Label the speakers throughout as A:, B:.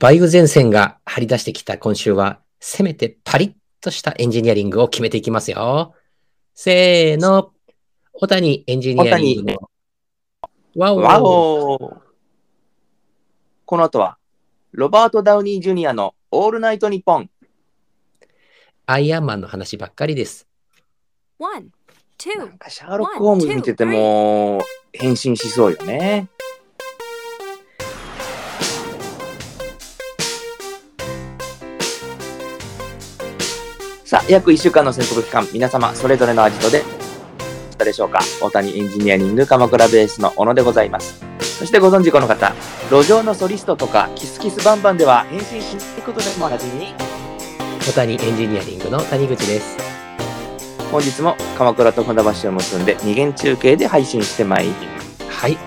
A: 梅雨前線が張り出してきた今週は、せめてパリッとしたエンジニアリングを決めていきますよ。せーの、小谷エンジニアリングの。わお
B: わおーこの後は、ロバート・ダウニー・ジュニアのオールナイトニッポン。
A: アイアンマンの話ばっかりです。
B: な
C: One, two,
B: んかシャーロック・ホームズ見てても、変身しそうよね。さあ、約1週間の潜伏期間、皆様それぞれの味とで、したでしょうか。大谷エンジニアリング鎌倉ベースの小野でございます。そしてご存知この方、路上のソリストとか、キスキスバンバンでは変身しないことでもおなじみ、
A: 小谷エンジニアリングの谷口です。
B: 本日も鎌倉と船橋を結んで二元中継で配信してまいります
A: はい。
B: ね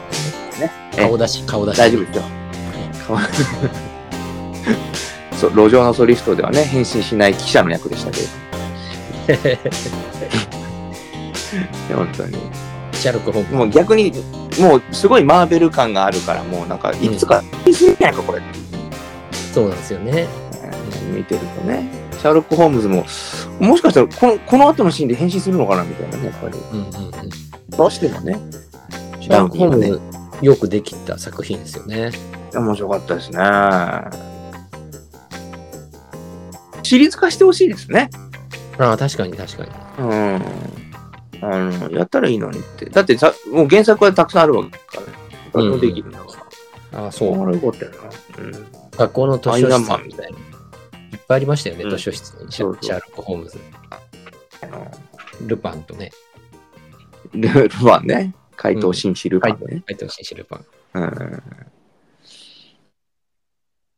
A: 顔出し、顔出し。
B: 大丈夫ですよ。そう路上のソリストではね、変身しない記者の役でしたけ ど、本当に。
A: シャーロック本部。
B: もう逆に、もうすごいマーベル感があるから、もうなんか、いつか、いつかこれ、
A: そうなんですよね。
B: 見てるとね。シャーロック・ホームズも、もしかしたらこの、この後のシーンで変身するのかなみたいなね、やっぱり。
A: うんうんうん。
B: どうしてもね。
A: シャーロック本
B: ダウニーが
A: 部、よくできた作品ですよね。
B: いや面白かったですね。シリーズ化してほしいですね。
A: ああ、確かに確かに。
B: うん。あの、やったらいいのにって。だってさ、もう原作はたくさんあるわけだから、ね。誰でもできるんだから。
A: ああ、
B: そ
A: そうう。
B: らよかったよな。うん。
A: 学校の図書
B: アイアン
A: 室
B: マン
A: みたいな。いっぱいありましたよね、
B: うん
A: 図書室に。シ
B: そう
A: ャ
B: そう
A: シャーロック・ホームズ、
B: あの、
A: ルパンとね、
B: ルルパンね。怪盗紳士ルパ
A: 怪
B: ンね。
A: 怪盗紳士ルパン。
B: うん。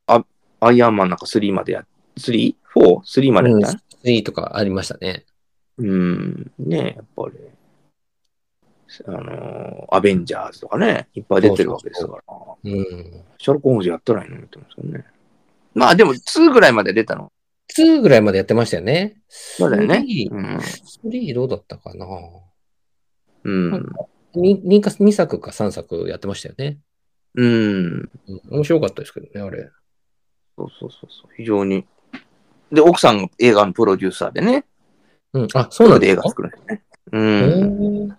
B: あ、アイアンマンなんか3までや、3?4?3 までやった、
A: 3とかありましたね。
B: うん、ねえ、やっぱり。あのーアベンジャーズとかね、いっぱい出てるわけですから。
A: うん。
B: シャーロック・ホームズやったらいいのにって思うんですよね。まあでも2ぐらいまで出たの。
A: 2ぐらいまでやってましたよね。
B: そうだよね。
A: 3、
B: うん。
A: 3どうだったかな
B: うん。
A: に 2, か2作か3作やってましたよね。
B: うん。
A: うん、面白かったですけどね、あれ。
B: そうそうそうそう。非常に。で、奥さんが映画のプロデューサーでね。
A: うん、あ、そうなん
B: で
A: です
B: 映画
A: か
B: 作るんですね。うん。
A: へー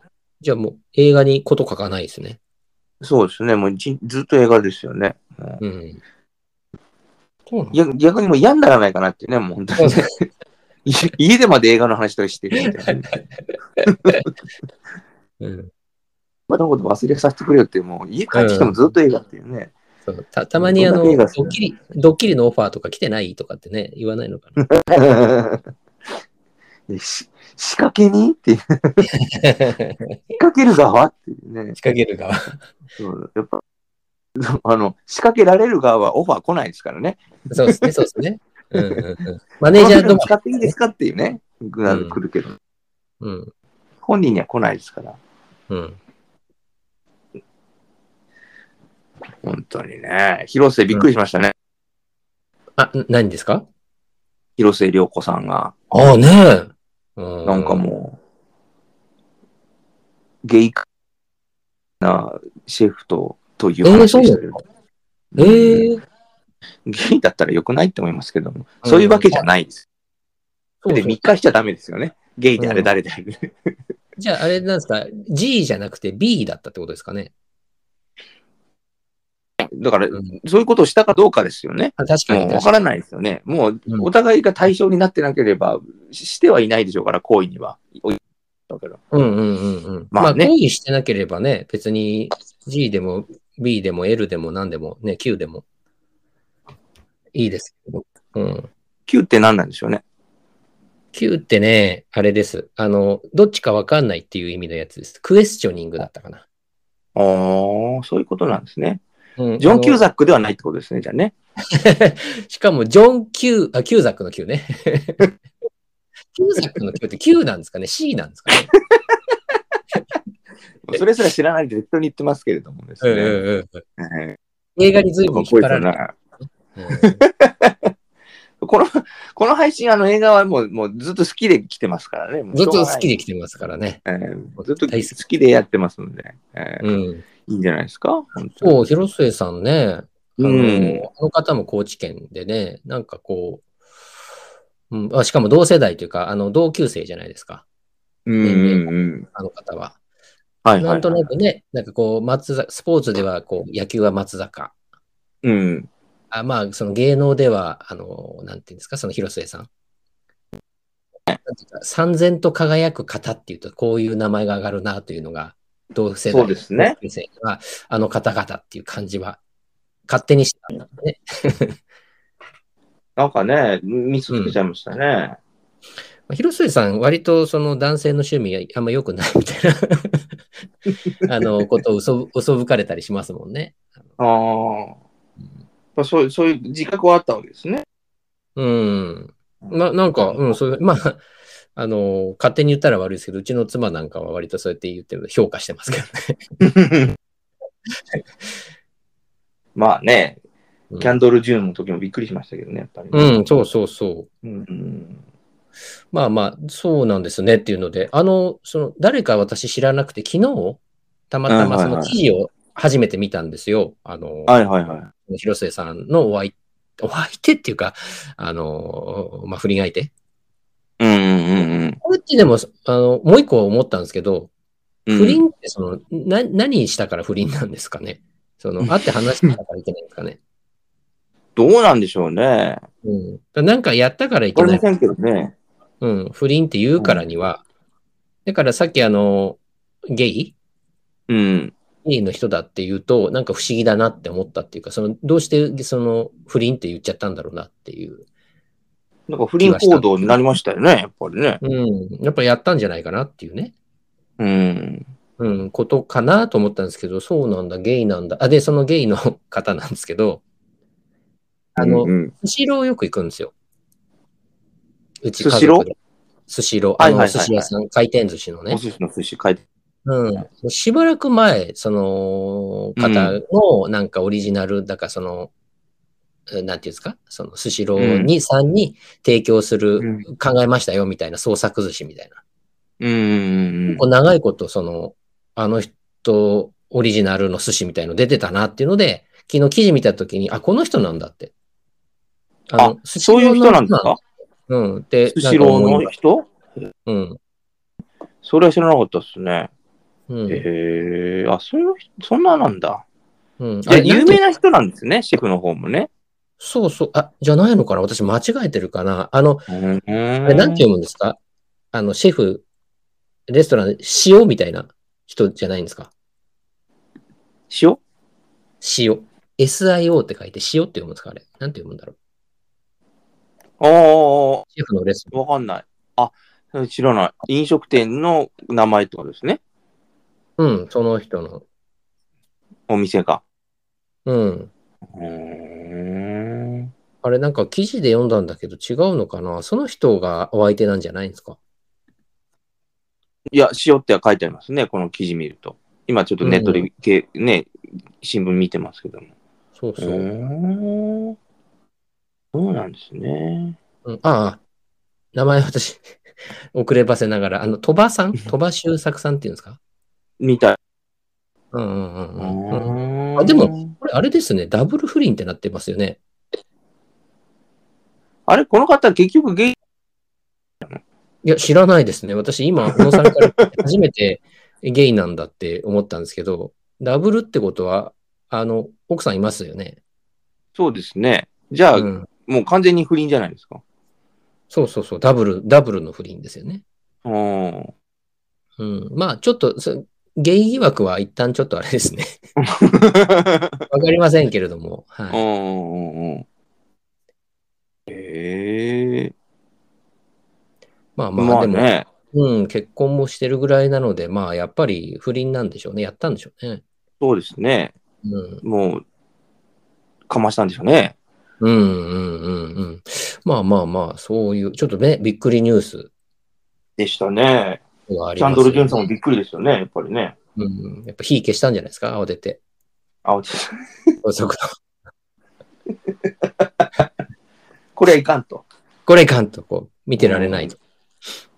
A: じゃあもう映画にこと書かないですね。
B: そうですね。もうじずっと映画ですよね。
A: うん。そうなんだ
B: や逆にもう嫌にならないかなってね、もう本当にね。家 家でまで映画の話とかしてるみたいな。
A: うん、
B: まのこと忘れさせてくれよって、もう家帰ってきてもずっと映画っていうね。
A: そうたたまにあの、
B: どん
A: ド
B: な映画ですか
A: ッキリ、ドッキリのオファーとか来てないとかってね、言わないのか な。
B: えし仕掛けにっていう、仕
A: 仕
B: 掛ける側っていうね。
A: 掛ける側。
B: そうやっぱ、 あの、仕掛けられる側はオファー来ないですからね。
A: そうですね、そうですね。うんうんうん、マネージャーと
B: このフィルム
A: も、
B: 使っていいですかっていうね、なる来るけど、
A: うん
B: 本人には来ないですから。
A: うん、
B: 本当にね。広末びっくりしましたね。
A: あ、ん何ですか
B: 広末涼子さんが。
A: ああねえ、う
B: なんかもう、ゲイなシェフと、という話でしたけど。
A: えー
B: ゲイだったら良くないって思いますけども、そういうわけじゃないです。
A: そう
B: で、
A: そう
B: 密会しちゃダメですよね。ゲイであれ誰 だよ、
A: じゃああれなんですか、G じゃなくて B だったってことですかね。
B: だから、
A: うん
B: そういうことをしたかどうかですよね。
A: あ確か
B: も
A: に
B: うわ
A: 確
B: か
A: から
B: ないですよね。もう
A: う、ん
B: お互いが対象になってなければ、ししてはいないでしょうから、行為には。おいだから
A: に。うんうんうんうん。
B: ま
A: ま
B: あ
A: あ、
B: ね
A: 抗議してなければね、別に G でも B でも L でも何でもね、Q でもいいですけど。うん、
B: Q って何なんでしょうね。
A: Q ってね、あれです。あの、どっちかわかんないっていう意味のやつです。クエスチョニングだったかな。
B: ああ、そういうことなんですね。
A: うん
B: ジョン・キ
A: あ
B: ュー
A: の
B: ザックではないってことですね、じゃあね。
A: しかも、ジョン・キュー、あ、キューザックの Q ね。キューザックの Q って Q なんですかね ?C なんですかね
B: それすら知らないで適当に言ってますけれどもですね。
A: うんうん。
B: はい
A: 映画に随分引っ張られ
B: まあこ
A: てる。
B: いつはなこの、この配信、あの映画はもう、もうずっと好きで来てますからね。も
A: う
B: うん
A: ず
B: しょ
A: っ
B: うがない
A: と好きで来てますからね。
B: えーずっと
A: 大好き
B: 好きでやってますので、えー
A: うん。
B: いいんじゃないですか本当に
A: そう、広末さんね、ああの、
B: うん
A: あの方も高知県でね、なんかこう、うん、あしかも同世代というか、あの、同級生じゃないですか、
B: うんうんうん。
A: あの方は。
B: はいはい、はい。
A: なんとなくね、なんかこう、松坂、スポーツでは、こう、野球は松坂。
B: うん。
A: あまあ、その芸能では、あの、なんていうんですか、その広末さん。なんていうか、三千と輝く方っていうと、こういう名前が上がるなというのが、同世代
B: そうですね。
A: 同級生は、あの方々っていう感じは、勝手にしてたんだね。
B: なんかね、ミスつけちゃいましたね。
A: まあ広末さん、割とその男性の趣味があんま良くないみたいな 、あの、ことをうそうそぶかれたりしますもんね。
B: ああ。そうそういう自覚はあったわけですね。
A: うん。ななんか、うん、そういう、まあ、あの、勝手に言ったら悪いですけど、うちの妻なんかは割とそうやって言ってる、評価してますけどね。
B: まあね、
A: うん
B: キャンドルジューンの時もびっくりしましたけどね、やっぱり、ね。
A: うん、そうそうそう。
B: うんうん。
A: まあまあ、そうなんですねっていうので、あの、その、誰か私知らなくて、昨日、たまたまそ
B: はいはい
A: の
B: はい
A: 記事を初めて見たんですよ。あの、
B: はいはいはい。
A: 広末さんのお相お相手っていうか、あの、まあ、不倫相手。
B: うんうん
A: これってでも、あの、もう一個思ったんですけど、
B: うん。
A: 不倫ってその、な、何したから不倫なんですかねその、会って話したからいけないんですかね
B: どうなんでしょうね。
A: うん。だからなんかやったからいけ
B: わかり
A: な
B: ま
A: い。
B: せんけどね。
A: うん。不倫って言うからには、だからさっきあの、ゲイ
B: うん。
A: ゲイの人だって言うと、なんか不思議だなって思ったっていうか、その、どうしてその、不倫って言っちゃったんだろうなっていう。
B: なんか不倫報道になりましたよね、やっぱりね。
A: うん。やっぱやったんじゃないかなっていうね。
B: うん。
A: うん、ことかなと思ったんですけど、そうなんだ、ゲイなんだ。あ、で、そのゲイの 方なんですけど、あの
B: うんうん
A: スシローよく行くんですよ。うち
B: ス
A: 家
B: シロー
A: 族で。スシロー。あの、
B: はいはいはいはい
A: 寿司屋さん、回転寿司の
B: お
A: ね。
B: 寿司の寿司書いて。
A: うん。しばらく前、その方の、なんかオリジナル、だからその、えなんていうんですかその、スシローに、さんに提供する、
B: う
A: 考えましたよ、みたいな、創作寿司みたいな。
B: うんうんうん
A: 結構長いこと、その、あの人オリジナルの寿司みたいの出てたなっていうので、昨日記事見たときに、あ、この人なんだって。の
B: あ、
A: 寿司
B: そういう人なんです
A: の
B: か
A: うん。って、
B: スシロ
A: なん
B: ー
A: か
B: の人
A: 思い
B: それは知らなかったですね。
A: うん。うん。
B: へえ、あ、そういう人、そんななんだ。
A: うん。
B: じゃあ
A: れなん
B: 有名
A: て
B: な人なんですね、シェフの方もね。
A: そうそう。あ、じゃないのかな私間違えてるかなあの、
B: うん。
A: あれなんて読むんですかあの、シェフ、レストラン、塩みたいな人じゃないんですか
B: 塩
A: 塩。SIO って書いて塩って読むんですかあれ。なんて読むんだろう
B: あ
A: シェフのレスト
B: あ、わかんない。あ、知らない。飲食店の名前ってことですね。
A: ラン。うん。その人の。
B: お店が。
A: うん。
B: うーん。
A: あれ、なんか記事で読んだんだけど違うのかなその人がお相手なんじゃないんですか
B: いや、塩って書いてありますね、この記事見ると。今ちょっとネットで、けね、新聞見てますけども。
A: そうそう。
B: うーん。そうなんですね。
A: うんああ、名前私、 遅ればせながら、あの、鳥羽 さん鳥羽周作さんっていうんですか
B: みたい。
A: うんうんう
B: うん
A: うんうん。
B: ーん
A: あでも、これあれですね、ダブル不倫ってなってますよね。
B: あれ、この方結局ゲイ、
A: いや、知らないですね。私今、小野さんから初めてゲイなんだって思ったんですけど、ダブルってことは、あの、奥さんいますよね。
B: そうですね。じゃあ、
A: うん。
B: もう完全に不倫じゃないですか。
A: そうそうそう、ダブル、ダブルの不倫ですよね。
B: うん。
A: うん、まあ、ちょっと、そゲイ疑惑は一旦ちょっとあれですね。 わかりませんけれども。
B: う
A: はい。
B: んうんうん。ええ
A: まあまあ、
B: まあ
A: でも、
B: ね。
A: うん、結婚もしてるぐらいなので、まあ、やっぱり不倫なんでしょうね。やったんでしょうね。
B: そうですね。
A: うん。
B: もう、かましたんでしょうね。
A: うん、うん、うん、うん。まあまあまあ、そういう、ちょっとね、びっくりニュース
B: でしたね。
A: があり
B: キャ
A: ます、
B: ンドル・ジュンさんもびっくりですよね、やっぱりね。
A: うん。やっぱ火消したんじゃないですか、慌てて。
B: あ、落ちた
A: 高速の
B: これはいかんと。
A: これいかんと、こう、見てられないと。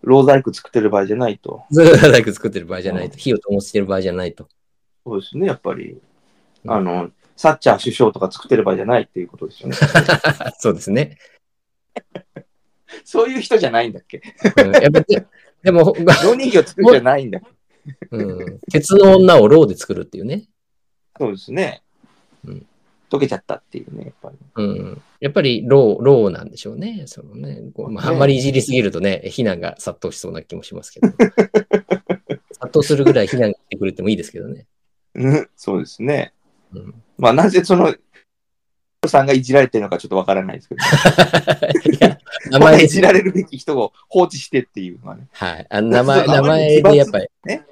B: ローザイク作ってる場合じゃないと。
A: ずーっと作ってる場合じゃないと。火を灯してる場合じゃないと。
B: そうですね、やっぱり。
A: うん
B: あの、サッチャー首相とか作ってる場合じゃないっていうことです よね。
A: そうですね。
B: そういう人じゃないんだっけ
A: うんやっぱりでも、ほ
B: 老人形作るじゃないんだっけ
A: うん、鉄の女をローで作るっていうね。
B: そうですね。
A: うん
B: 溶けちゃったっていうね、やっぱり。
A: うん、やっぱりロー、ローなんでしょうね。そのねこうまあ、あんまりいじりすぎるとね、非難が殺到しそうな気もしますけど。殺到するぐらい非難が来てくれてもいいですけど ね。
B: うん、そうですね。
A: うん、
B: まあ、なぜその、さんがいじられてるのかちょっとわからないですけど、
A: いや、名
B: まあ
A: 前で
B: い
A: す
B: じられるべき人を放置してっていうのはね。
A: はい。あの名前、
B: そうそう
A: 名前でやっぱり。
B: ね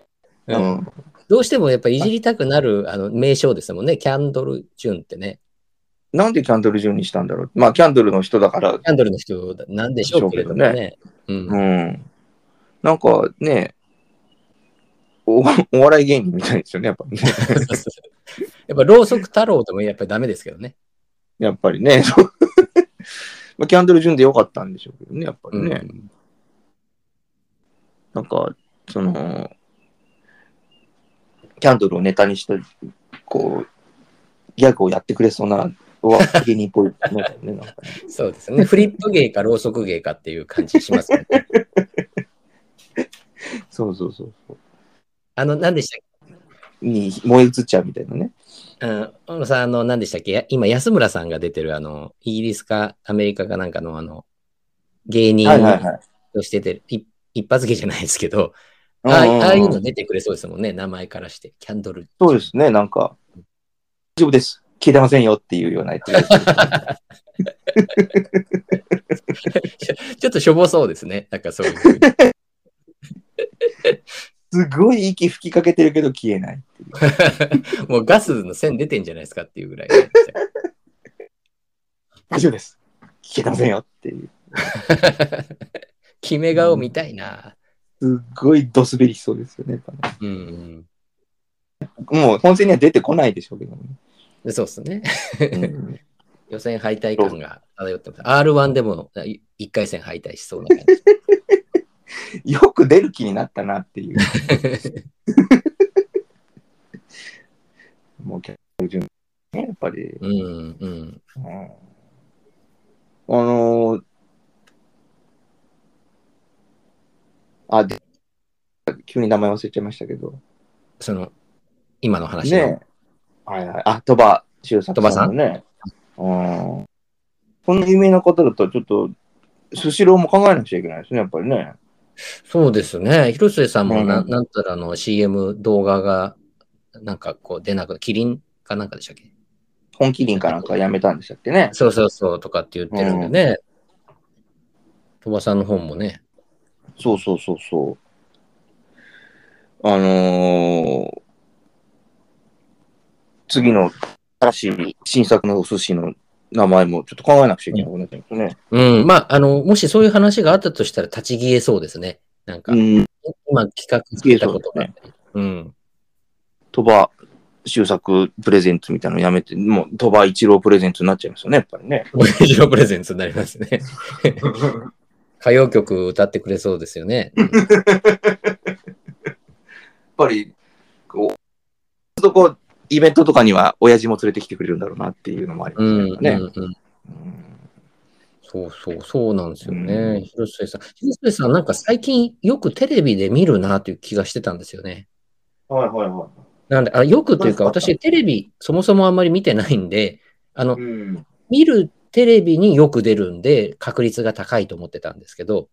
A: う
B: うん
A: ん、どうしてもやっぱいじりたくなるあの名称ですもんね。キャンドル・ジュンってね。
B: なんでキャンドル順にしたんだろう。まあ、キャンドルの人だか
A: キ
B: ら、
A: ャンドルの人なんでしょうけれども
B: で
A: ね。うん
B: うん。なんかね、おお笑い芸人みたいですよね、やっぱりね。
A: やっぱ、ろうそく太郎でもやっぱりダメですけどね。
B: やっぱりね。 そうまあ、キャンドル順でよかったんでしょうけどね、やっぱり
A: う
B: ね。
A: ん。
B: なんか、その、キャンドルをネタにした、こう、ギャグをやってくれそうな、うわ芸人っぽいですね。なんか ね
A: そうですね。フリップ芸かろうそく芸かっていう感じしますよね。
B: そうそうそうそう。
A: あの、何でしたっ
B: に燃え移っちゃうみたいなね。
A: けうん。小野さん、あの、何でしたっけや今、安村さんが出てる、あの、イギリスかアメリカかなんかの、あの、芸人
B: はいはいはい。
A: としてて、い一発芸じゃないですけど、
B: うん
A: ああ
B: うんうん
A: ああいうの出てくれそうですもんね。名前からして。キャンドル。
B: そうですね、なんか、大丈夫です。聞いてませんよっていうようなやつです。
A: ちょっとしょぼそうですね。なんかそういう 風に。
B: すごい息吹きかけてるけど消えない。
A: もうガスの線出てんじゃないですかっていうぐらいでした。
B: 大丈夫です。聞いてませんよっていう。
A: 決め顔見たいな。
B: すっごいドスベリしそうですよね。やっぱね
A: うん、うん
B: もう本戦には出てこないでしょうけどね。
A: でそうですね。
B: うん
A: 予選敗退感が漂ってます。R1 でも1回戦敗退しそうな感
B: よく出る気になったなって いう。
A: じ。
B: もう結構順ね、やっぱり。
A: うん、うん。
B: うん、あのーあ、で急に名前忘れちゃいましたけど。
A: その、今の話の、
B: ねはいはい。あ、鳥羽周作
A: 鳥羽さ
B: さ
A: ん
B: んのね。うん。こんな有名な方だと、ちょっと、スシローも考えなくちゃいけないですね、やっぱりね。
A: そうですね。広末さんもな、
B: うん
A: なんたらの CM 動画が、なんかこう出なくキリンかなんかでしたっけ
B: 本麒麟かなんかやめたんでしたっけね。
A: そうそうそうとかって言ってるんでね。鳥羽さんの本もね。
B: そうそうそうそう。あのー次の新しい新作のお寿司の名前もちょっと考えなくちゃいけなくなっちゃいますね。
A: うん。まあ、あの、もしそういう話があったとしたら立ち消えそうですね。なんか、
B: うん。
A: 今企画してたことがあったり。うん。
B: 鳥羽周作プレゼンツみたいなのやめて、もう鳥羽一郎プレゼンツになっちゃいますよね、やっぱりね。
A: オレンジのプレゼンツになりますね。 歌謡曲歌ってくれそうですよね。
B: やっぱり、こう、とこう、イベントとかには親父も連れてきてくれるんだろうなっていうのもありま
A: う
B: す
A: ん。
B: ね。
A: うんうん
B: うん
A: そうそう、そうなんですよね。
B: う
A: 広末さん。広末さん、なんか最近よくテレビで見るなという気がしてたんですよね。
B: はいはいは
A: なんで、あよくというか、
B: そうですか
A: 私テレビそもそもあんまり見てないんで、あの
B: い。、うん、
A: 見るテレビによく出るんで、確率が高いと思ってたんですけど、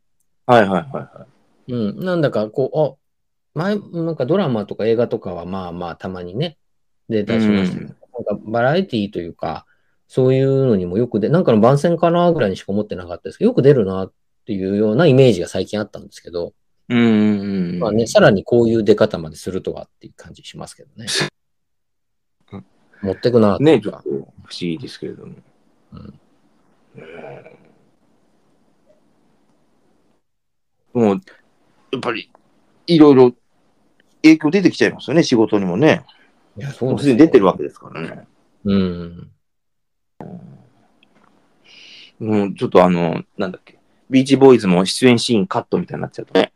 B: はいはいはいは
A: うん、なんだかこう、あ、前、なんかドラマとか映画とかはまあまあたまにね、出たりしましたけど、なんかバラエティーというか、そういうのにもよくで、なんかの番宣かなぐらいにしか思ってなかったですけど、よく出るなっていうようなイメージが最近あったんですけど、
B: い。うんうんうん。
A: まあね、さらにこういう出方までするとはっていう感じしますけどね
B: うん。
A: 持ってくなってい
B: ね
A: う
B: ちょっ
A: か
B: と不思議ですけれども。
A: うん
B: うんもう、やっぱり、いろいろ影響出てきちゃいますよね、仕事にもね。
A: いや、
B: も
A: そうう
B: すでに
A: よ
B: 出てるわけですからね。
A: うん。
B: もうちょっとあの、なんだっけ、ビーチボーイズも出演シーンカットみたいになっちゃった。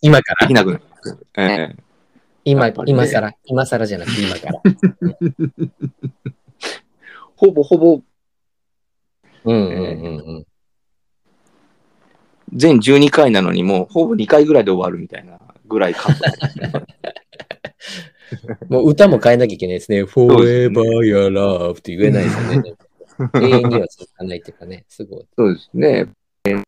A: 今から
B: できなくなっちゃうええ
A: 今、
B: やっぱりね
A: 今更、今更じゃなくて今 から。
B: ほぼほぼ
A: うんうんうんうん。
B: 全12回なのにもうほぼ2回ぐらいで終わるみたいなぐらいカット。
A: もう歌も変えなきゃいけないですね。
B: うです
A: Forever
B: ね
A: Your Love って言えないですよ ね。永遠には続かないっていうかね、すごい。
B: そうですね。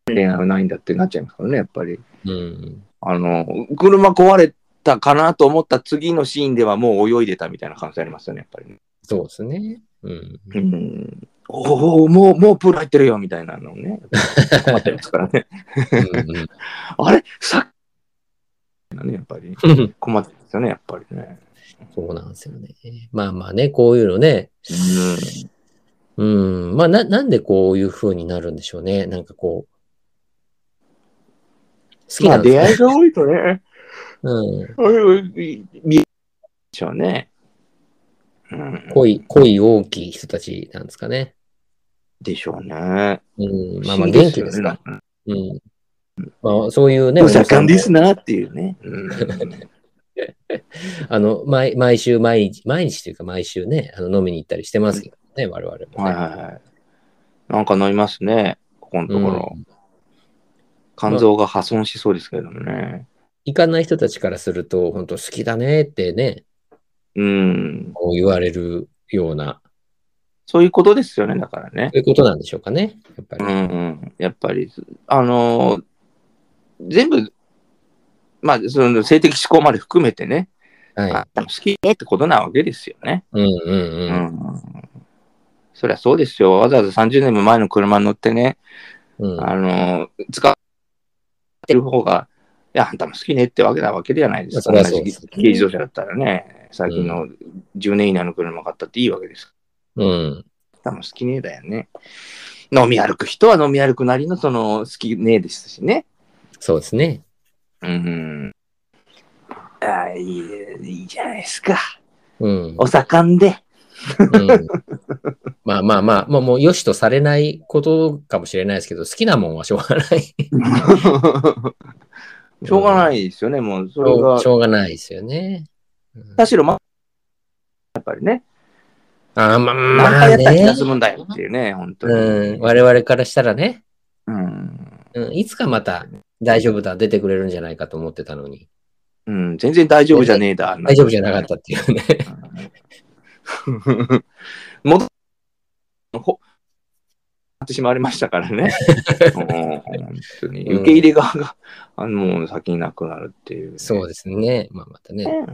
B: 恋愛はないんだってなっちゃいますからね、やっぱり。
A: うん。
B: あの、車壊れたかなと思った次のシーンではもう泳いでたみたいな感じありますよね、やっぱりね。
A: そうですね。うん。
B: うん。おお、もう、もうプール入ってるよ、みたいなのをね。困ってますからね。
A: うん
B: あれさっきのね、やっぱり。
A: うん
B: 困ってますよね、やっぱりね。
A: そうなんですよね。まあまあね、こういうのね。
B: うん。
A: うん。まあな、なんでこういう風になるんでしょうね。なんかこう。好き
B: ま
A: な
B: あ、
A: んですか、
B: 出会いが多いとね、
A: うん。
B: 見えでしょうね。うん。
A: 恋、恋大きい人たちなんですかね。
B: でしょうね。
A: うん。まあまあ
B: 不思議
A: 元気
B: よ
A: で
B: ね
A: すか。。うん。まあそういうね、
B: お
A: お嫁さ
B: 盛
A: ん
B: ん
A: も
B: ですなっていうね。うん
A: あの、毎、毎週、毎日、毎日というか毎週ね、あの飲みに行ったりしてますけどね、我々も
B: は
A: ね。
B: いはいはい。なんか飲みますね、ここのところ。
A: うん
B: 肝臓が破損しそうですけどもね。
A: 行かない人たちからすると、本当好きだねってね、
B: うん。
A: こう言われるような、
B: そういうことですよね、だからね
A: そ。ういうことなんでしょうかね、やっぱ
B: う
A: り。
B: んうん。やっぱり、あのー全部、まあ、その性的思考まで含めてね、
A: はい。
B: あ好きねってことなわけですよね。
A: うんうん
B: う
A: うん。
B: ん。そりゃそうですよ。わざわざ30年も前の車に乗ってね、
A: うん、
B: あの、使ってる方が、いや、あんたも好きねってわけなわけではないです
A: ま
B: か。
A: あ
B: 同
A: そりゃそうで
B: じ
A: すね
B: 軽自動車だったらね、最近の10年以内の車買ったっていいわけです。
A: うん。
B: あんたも好きねだよね。飲み歩く人は飲み歩くなりのその好きねですしね。
A: そうですね。
B: うん。ああ、いい、いいじゃないですか。
A: うん。
B: お盛 んで。
A: うんまあまあまあ、もう、もう、良しとされないことかもしれないですけど、好きなもんはしょうがない。
B: しょうがないですよね、もう。それが
A: し。ょうがないですよね。うん
B: 田代ま、やっぱりね、
A: あーまあ、ま
B: 何
A: あ
B: 回やったら気
A: ね
B: が。済むんだよっていうね、本当に。
A: うん。我々からしたらね、
B: うん
A: うん、いつかまた大丈夫だ、出てくれるんじゃないかと思ってたのに、
B: うん、全然大丈夫じゃねえだ。
A: 大丈夫じゃなかったっていうね。
B: うん。戻っほってしまわれましたか らね。うん本当に受け入れ側が、あの、もう先になくなるっていう、
A: そうですね。まあまた
B: う
A: ね、
B: ん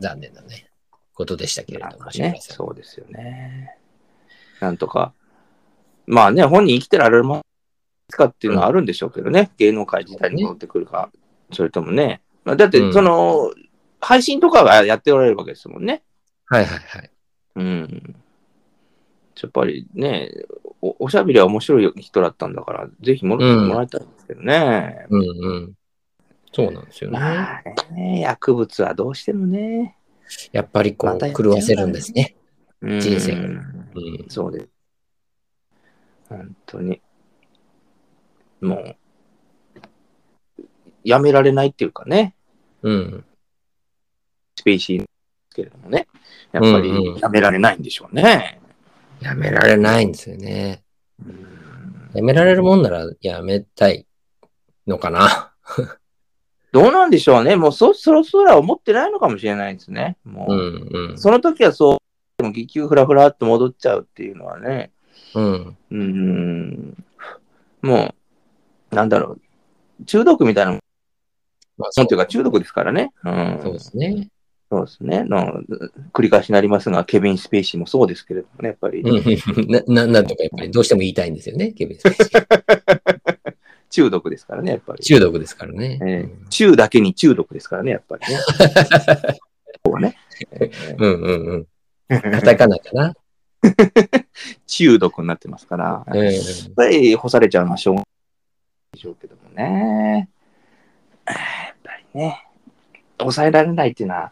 A: 残念なね、ことでしたけれ
B: なん
A: ども
B: か、
A: 塩
B: ね
A: 川、さん
B: そうですよね。なんとか。まあね、本人生きてられるもんかっていうのはあるんでしょうけどね、芸能界自体に戻ってくるか、それともね。まあだって
A: う、ん
B: その、配信とかがやっておられるわけですもんね。
A: はいはいはい。
B: うん。やっぱりね、おおしゃべりは面白い人だったんだから、ぜひ戻ってもらいたいんですけどね。
A: うんうん。そうなんですよね。
B: まあね、薬物はどうしてもね。
A: やっぱりこ
B: またやっ
A: う、
B: ちゃう
A: 狂わせるんですね。
B: うん
A: 人生がうん
B: そうです。本当に。もう、やめられないっていうかね、
A: うん。
B: スペーシーですけれどもね、やっぱ
A: うんうん
B: りやめられないんでしょうね。
A: やめられないんですよね。
B: うん
A: やめられるもんならやめたいのかな。
B: どうなんでしょうね。もうそ、そろそろは思ってないのかもしれないですね。も
A: う
B: う、
A: んうん。
B: その時はそう、でも、結局ふらふらっと戻っちゃうっていうのはね、
A: うん。
B: うん、もう、なんだろう、中毒みたいなも
A: まあ、そ
B: ん
A: う
B: っていうか、中毒ですからね。うん、
A: そうですね。
B: そうですね。の繰り返しになりますが、ケビン・スペイシーもそうですけれどもね、やっぱり、
A: うん な、ななんとかやっぱりどうしても言いたいんですよね、ケビンさん
B: 中毒ですからね、やっぱり。
A: 中毒ですからね。
B: ええ中だけに中毒ですからね、やっぱ りね。ここはね。え
A: うんうんうん。
B: え
A: カタカナか な。
B: 中毒になってま すから、
A: うん
B: やっぱり干されちゃうのはしょうがないでしょうけどもね。ああやっぱりね、抑えられないっていうのは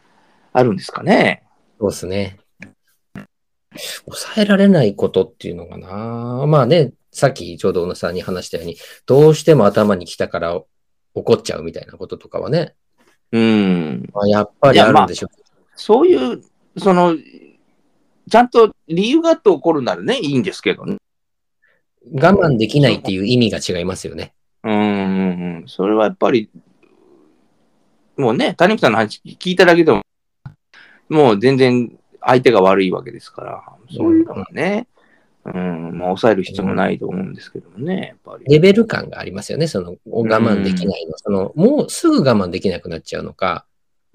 B: あるんですかね。
A: そうですね。抑えられないことっていうのかな。まあね、さっきちょうど小野さんに話したように、どうしても頭に来たから怒っちゃうみたいなこととかはね、
B: うん。
A: まあやっぱりあるんでしょう。
B: そういう、その、ちゃんと理由があって起こるならね、いいんですけどね。
A: 我慢できないっていう意味が違いますよね。
B: うんうんうん。それはやっぱり、もうね、谷口さんの話聞いただけでも、もう全然相手が悪いわけですから、そういうのはね、うん、まあ抑える必要もないと思うんですけどもね、やっぱり。
A: レベル感がありますよね。その、我慢できないの。その、もうすぐ我慢できなくなっちゃうのか、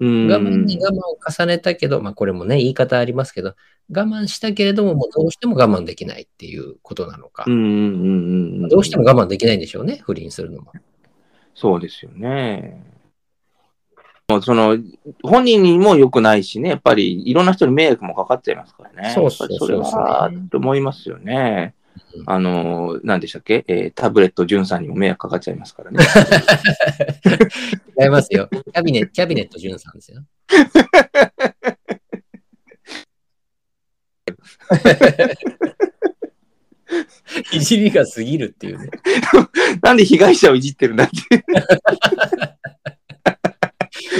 B: うん
A: 我慢に我慢を重ねたけど、まあこれもね、言い方ありますけど、我慢したけれども、もうどうしても我慢できないっていうことなのか
B: う。んうんうんうん。
A: どうしても我慢できないんでしょうね、不倫するのも。
B: そうですよね。もうその本人にも良くないしね、やっぱりいろんな人に迷惑もかかっちゃいますからね。
A: そうそう
B: やっぱりそれ
A: そうそう
B: は、と思いますよね
A: うん。
B: あの、何でしたっけ、えータブレット潤さんにも迷惑かかっちゃいますからね。
A: 違いますよ。 キャビネット、キャビネット潤さんですよ。いじりが過ぎるっていうね。
B: なんで被害者をいじってるんだって。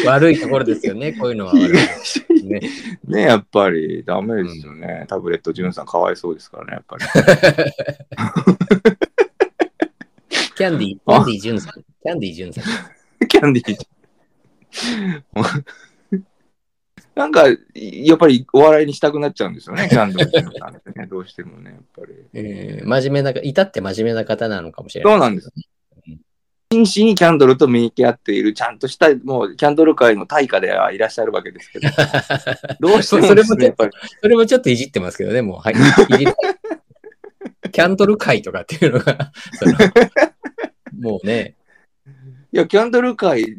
A: 悪いところですよね、こういうのは悪いですね。
B: ね、やっぱりダメですよね。タブレット潤さんかわいそうですからね、やっぱり。
A: キャンディー、キャンディー潤さん。キャンディー潤さん。
B: キャンディー。なんか、やっぱりお笑いにしたくなっちゃうんですよね、キャンディーさんってね。どうしてもね、やっぱり。
A: えー真面目な、至って真面目な方なのかもしれない。
B: そうなんです。真摯にキャンドルと向き合っている、ちゃんとした、もう、キャンドル界の大家ではいらっしゃるわけですけど、どうしてもです
A: それも
B: ね、
A: ね
B: やっぱり。
A: それもちょっといじってますけどね、もう、はい。いじりキャンドル会とかっていうのが、そのもうね、
B: いや、キャンドル界、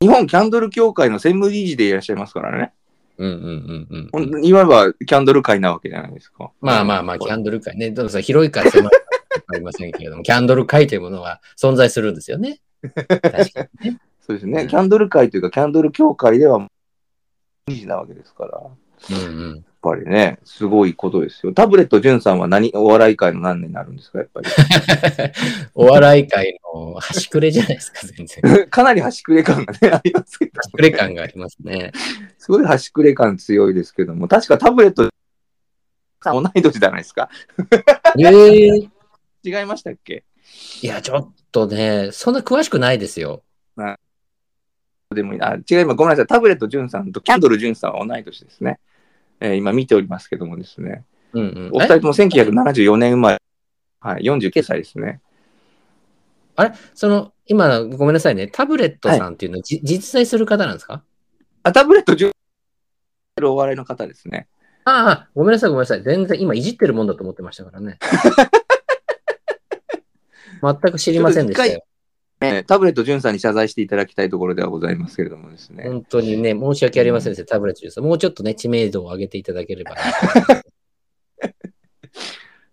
B: 日本キャンドル協会の専務理事でいらっしゃいますからね。
A: うんうんうん
B: ほ
A: うんん。
B: いわばキャンドル界なわけじゃないですか。
A: まあまあまあ、
B: こ
A: キ
B: れ
A: ャンドル会ね。でもさ、広いか狭いかありませんけれども、キャンドル会というものは存在するんですよね。確かにね。
B: そうで
A: う
B: すね。
A: ん
B: キャンドル界というか、キャンドル協会では理事なわけですから、やっ
A: うんうん。
B: ぱりね、すごいことですよ。タブレット潤さんは何、お笑い界の何年になるんですか、やっぱり。
A: お笑い界の端くれじゃないですか、全然。端
B: かなり 端くれ感がね、あ りますけど。
A: くれ感がありますね。
B: すごい端くれ感強いですけども、確かタブレットさん同い年じゃないですか。
A: えー、
B: 違いましたっけ
A: いや、ちょっとね、そんな詳しくないですよ。
B: でもいいな。あ違います。ごめんなさい。タブレット潤さんとキャンドル潤さんは同い年ですね。えー今見ておりますけどもですね。
A: うんうん。
B: お二人とも1974年生まれ。はい、49歳ですね。
A: あれその、今、ごめんなさいね。タブレットさんっていうのは、じ実在する方なんですか
B: あ、タブレット潤お笑いの方ですね。
A: ああ、ごめんなさい、ごめんなさい。全然今、いじってるもんだと思ってましたから ね。全く知りませんでしたよ。
B: えータブレット潤さんに謝罪していただきたいところではございますけれどもですね。
A: 本当にね、申し訳ありませんでした。タブレットです。もうちょっとね、知名度を上げていただければ。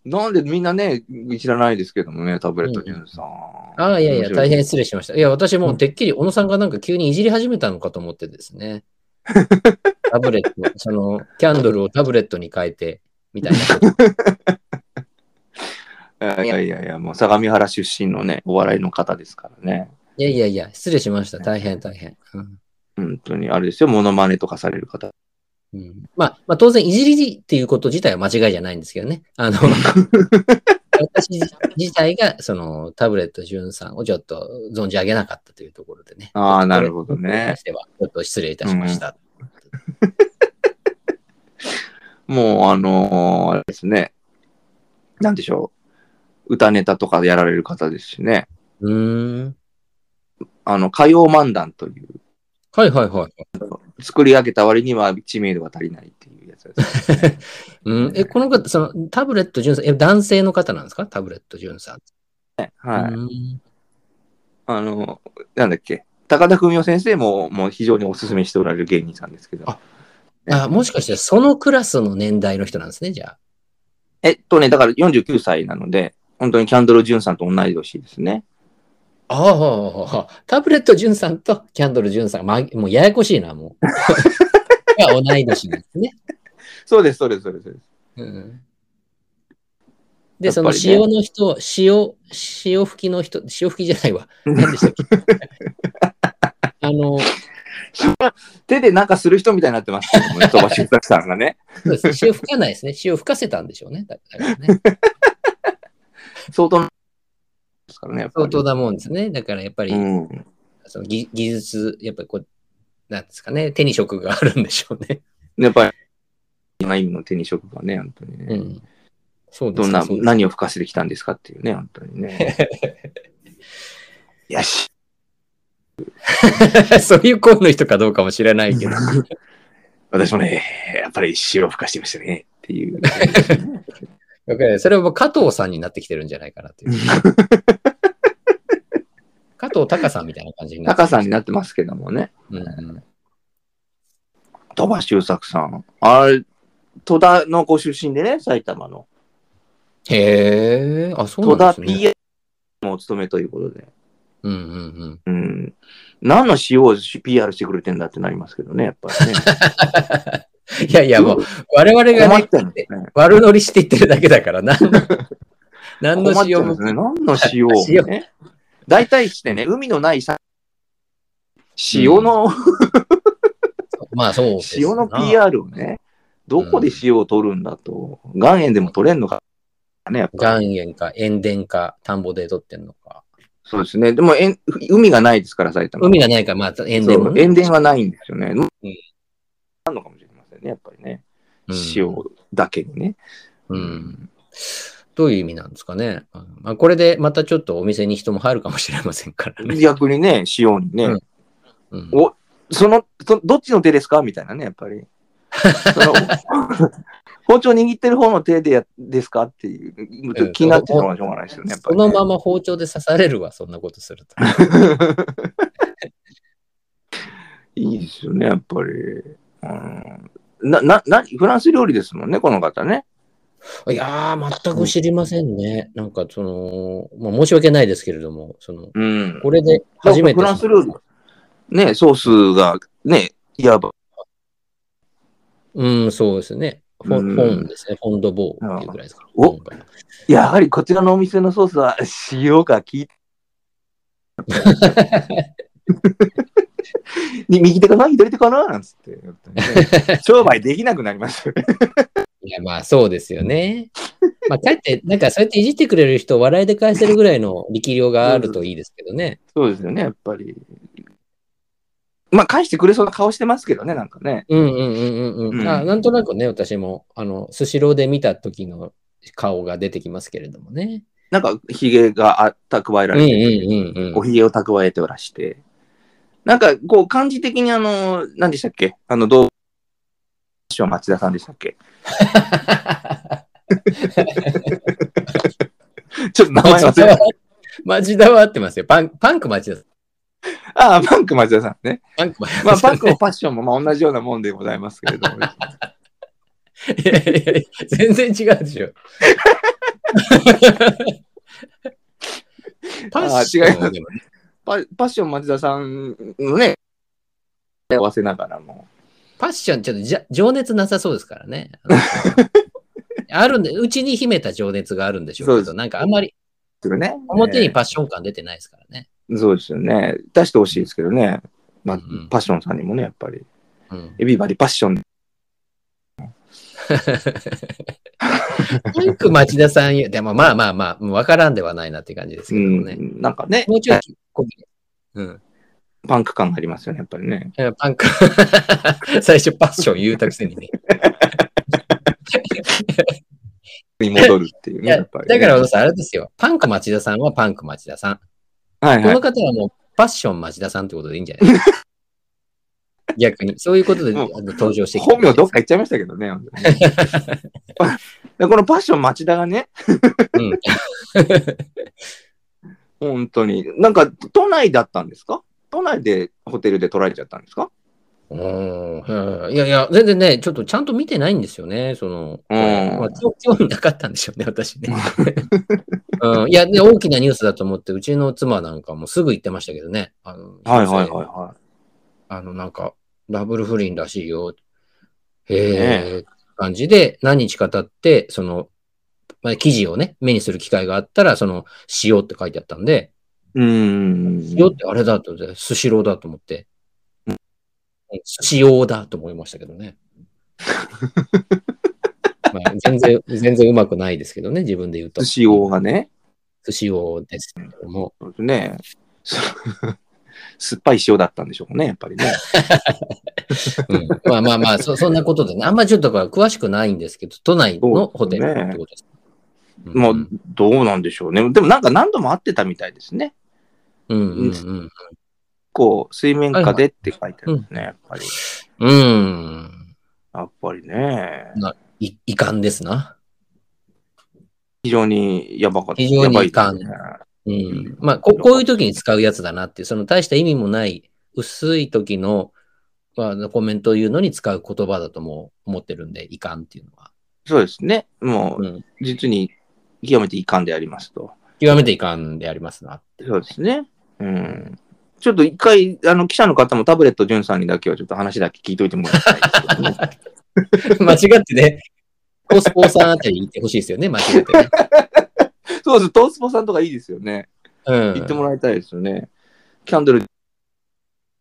B: なんでみんなね、知らないですけどもね、タブレット潤さん。
A: ああ、いやいや、大変失礼しました。いや、私も
B: う
A: うんてっきり、小野さんがなんか急にいじり始めたのかと思ってです ね。タブレット、その、キャンドルをタブレットに変えて、みたいなこと。
B: いやいやいやいや、もう相模原出身のね、お笑いの方ですからね。
A: いやいやいや、失礼しました。大変、大変。うん
B: 本当に、あれですよ、モノマネとかされる方。
A: うんまあ、まあ、当然、いじりっていうこと自体は間違いじゃないんですけどね。あの、私自体が、その、タブレット潤さんをちょっと存じ上げなかったというところでね。
B: ああ、なるほどね。。
A: では、ちょっと失礼いたしました。
B: もう、あのーあれですね。なんでしょう。歌ネタとかやられる方ですしね。
A: うーん。
B: あの、歌謡漫談という、
A: はいはいはい。
B: 作り上げた割には知名度が足りないっていうやつです。
A: うん、え、この方、その、タブレット潤さん、え、男性の方なんですかタブレット潤さん。
B: はい。
A: い。
B: あの、なんだっけ。高田文夫先生も、もう非常にお勧めしておられる芸人さんですけど。
A: ああ、もしかして、そのクラスの年代の人なんですね、じゃあ。
B: えっとね、だから49歳なので、本当にキャンドル・ジュンさんと同い年ですね。
A: ああ、タブレット潤さんとキャンドル潤さん、ま、もうややこしいな、もう。が同い年なんですね。
B: そうです、そうです、そうですそうです。
A: うん、
B: や
A: で、
B: っ
A: そ
B: ぱ
A: の
B: りね
A: 潮の人、 潮、潮吹きの人、潮吹きじゃないわ。何でしたっけあの、
B: でなんかする人みたいになってますけどもね、鳥羽周作さんがね。
A: そうですね。潮吹かないですね。潮吹かせたんでしょうね。だだからね
B: 相当な、ですからね、やっぱ
A: 相
B: り。
A: 当なもんですね。だからやっぱり、
B: うん。
A: その技技術、やっぱりこう、なんですかね、手に職があるんでしょうね。
B: やっぱり、いろんな意味の手に職がね、本当にね。
A: うん。そうで
B: ど
A: す
B: んな、
A: そうです
B: 何を吹かせてきたんですかっていうね、本当にね。 よし。
A: そういう声の人かどうかもしれないけど。
B: 私もね、やっぱり塩を吹かしてましたね、っていう。
A: だからそれはもう加藤さんになってきてるんじゃないかなっていう。加藤隆さんみたいな感じになって
B: 高さんになってますけどもね。
A: うんうん
B: 鳥羽周作さん。あれ、戸田のご出身でね、埼玉の。
A: へえ、あ、そう
B: 戸
A: な
B: 田
A: んですね。
B: PA もお務めということで。
A: うんうんうん。
B: うん。何の塩を PR してくれてんだってなりますけどね、やっぱ りね。
A: いやいや、もう、我々
B: 困
A: が
B: っ
A: ね、
B: てんですね。
A: 悪乗りして言ってるだけだから、 何の、何の
B: 困っ
A: 使
B: て
A: 用
B: んで
A: も
B: す。ね。 何の塩を
A: 塩
B: ね。大体してね、海のないさ塩の、
A: まあそうですな。
B: 塩の PR をね、どこで塩を取るんだと、岩塩でも取れんのか、ね、やっぱり
A: 岩塩か塩田か田んぼで取ってんのか。
B: そうですね。でも、えん海がないですから、埼玉。
A: 海がないから、まあ塩田
B: そ
A: も
B: う
A: ね、
B: 塩田はないんですよね。うん、あるのかもしれませんね、やっぱりね。
A: うん
B: 塩だけにね。
A: うん。どういう意味なんですかね。うんまあ、これでまたちょっとお店に人も入るかもしれませんからね。
B: 逆にね、塩にね、
A: うんうん
B: おそのそ、どっちの手ですかみたいなね、やっぱり。そ の包丁握ってる方の手でやですかっていう、ちょっと気になってしょうがしょうがないですよね、やっ
A: そ
B: ぱりね、
A: のまま包丁で刺されるわ、そんなことすると。
B: いいですよね、やっぱり。うんな、な、な、フランス料理ですもんね、この方ね。
A: いやー、全く知りませんね。なんか、その、まあ、申し訳ないですけれども、その、
B: うん。
A: これで初めて。
B: フランス料理ね、ソースが、ね、いわば、
A: うん、そうですね。フォ
B: うん
A: ンフォンですね。フォンドボーっていうぐらいですか。
B: お
A: フォンが
B: やはりこちらのお店のソースは塩が効いて。に 右手かな左手かななんつって、商売できなくなりますよ ね。
A: いや、まあ、そうですよね。まあ、かえって、なんか、そうやっていじってくれる人、笑いで返せるぐらいの力量があるといいですけどね。
B: そうですよね、やっぱり。まあ、返してくれそうな顔してますけどね、なんかね。
A: うんうんうんうんう
B: うん
A: ん。あなんとなくね、私も、あの、スシローで見た時の顔が出てきますけれどもね。
B: なんか、ひげがあ蓄えら
A: うんう
B: れ
A: ん
B: てて、
A: うんう
B: お
A: ん。
B: ひげを蓄えておらして、なんか、こう、感じ的にあの、何でしたっけあの、どう、町田さんでしたっけちょっと名前忘れた。
A: 町田は合ってますよ。パンパンク町田さん。
B: ああ、パンク町田さんね。
A: パンク町田さん。
B: まあ、パンクもファッションもまあ同じようなもんでございますけれども。
A: いやいやいや全然違うで しょ。パッションはでもね
B: パパッション町田さんのね、合わせながらも。
A: パッション、ちょっとじゃ情熱なさそうですからね。あ のあるんで、うちに秘めた情熱があるんでしょう
B: そう
A: け
B: で
A: ど、なんかあんまり
B: するね。
A: 表にパッション感出てないですからね。
B: そうですよね。出してほしいですけどね。まあ
A: うんうん、
B: パッションさんにもね、やっぱり。
A: うん、
B: エビバディパッション。
A: パンク町田さんよ、でもまあまあまあ、もうわからんではないなっていう感じです
B: う
A: けどもね。
B: ん。なんかね、
A: もうちょい、こううん、
B: パンク感ありますよね、やっぱりね。
A: えパンク、 最初パッション言うたく せにね。
B: に戻るっていう
A: い
B: ね、や
A: や、
B: っぱりね、
A: だからあのさ、あれですよ。パンク町田さんはパンク町田さん。
B: はい
A: こ
B: はい
A: の。方はもうパッション町田さんってことでいいんじゃないですか 逆に。そういうことであ
B: も
A: の登場してきて
B: 本名どっか行っちゃいましたけどね。本 当にでこのパッション町田がね、
A: うん。
B: 本当に。なんか、都内だったんですか都内でホテルで取られちゃったんですか
A: おーへーいやいや、全然ね、ちょっとちゃんと見てないんですよね、その、
B: うん
A: まあ、興興味なかったんでしょうね、私ね。 うん、いや、で、大きなニュースだと思って、うちの妻なんかもすぐ言ってましたけどね。あの
B: はいはいはいは
A: あの、なんか、ダブル不倫らしいよ。へえ、感じで、何日か経って、その、まあ、記事をね、目にする機会があったら、その、塩って書いてあったんで、
B: い。うーん。
A: 塩ってあれだと思って、スシローだと思って、う寿司用だと思いましたけど ね。まあ、全然、全然うまくないですけどね、自分で言うと。
B: 寿司王がね。
A: 寿司用ですけども。
B: そうですね。 す酸っぱい塩だったんでしょうね、やっぱりね。
A: うん、まあまあまあそ、そんなことでね、あんまりちょっと詳しくないんですけど、都内のホテルってことです。うん
B: まあ、どうなんでしょうね。でもなんか何度も会ってたみたいですね。
A: うんうんうん。
B: こう、水面下でって書いてあるんですね、やっぱり。
A: うん。
B: やっぱりね。
A: い遺憾ですな。
B: 非常にやばかった。
A: 非常に
B: やばいですね
A: 遺うん。まあ、ここういう時に使うやつだなっていう、その大した意味もない、薄い時の、まあ、コメントを言うのに使う言葉だとも思ってるんで、遺憾っていうのは。
B: そうですね。も
A: うん
B: う、実に極めて遺憾でありますと。
A: 極めて遺憾でありますな。
B: そうですね。うん。ちょっと一回、あの、記者の方もタブレット淳さんにだけはちょっと話だけ聞いといてもらいたいですけどね。
A: 間違ってね、コスポさんあたり行ってほしいですよね、間違ってね。
B: そうです。トースポさんとかいいですよね。
A: うん。
B: 言ってもらいたいですよね。キャンドル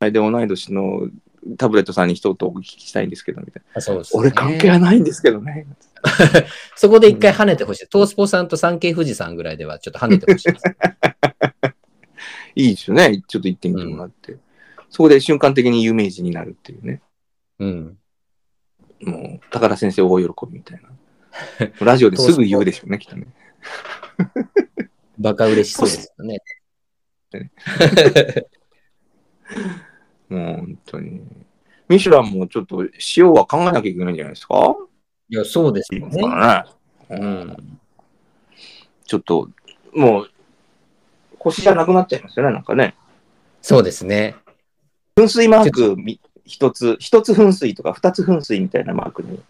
B: で同い年のタブレットさんに一言お聞きしたいんですけど、みたいな。
A: あそうですね
B: 俺関係はないんですけどね。
A: そこで一回跳ねてほしい。トースポさんと産経富士山ぐらいではちょっと跳ねてほしいです。
B: いいですよね。ちょっと行ってみてもらって。そこで瞬間的に有名人になるっていうね。
A: うん。
B: もう、高田先生大喜びみたいな。ラジオですぐ言うでしょうね、きっとね。
A: バカ嬉しそうですよね。
B: もう本当に。ミシュランもちょっと塩は考えなきゃいけないんじゃないですか
A: いや、そうですよね。
B: ね。う。
A: うんん。
B: ちょっと、もう、腰じゃなくなっちゃいますよね、なんかね。
A: そうですね。
B: 噴水マークみ一つ、一つ噴水とか二つ噴水みたいなマークに、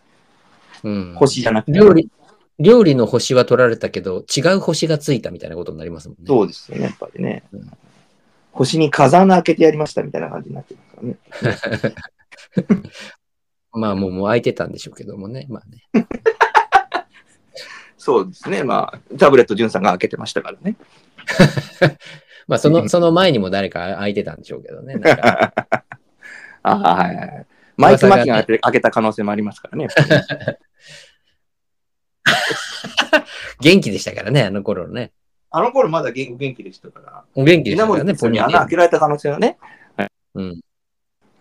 A: うん。
B: 星じゃなくて。
A: 料理、料理の星は取られたけど、違う星がついたみたいなことになりますもんね。
B: そうですよね、やっぱりね
A: うん。
B: 星に風穴開けてやりましたみたいな感じになってますからね。
A: まあ、もう、もう空いてたんでしょうけどもね。まあね。
B: そうですね。まあ、タブレット淳さんが開けてましたからね。
A: まあ、その、その前にも誰か空いてたんでしょうけどね。なんか
B: ああ、はいはいはい。マイク・マキが開け開けた可能性もありますからね。やっぱりね
A: 元気でしたからね、あの頃ね。
B: あの頃まだ元元気でしたから。
A: お元気でし
B: 稲
A: たから
B: 森
A: ね、
B: 哲
A: ポニ
B: 也に
A: ー
B: 穴開けられた可能性はね。
A: うん。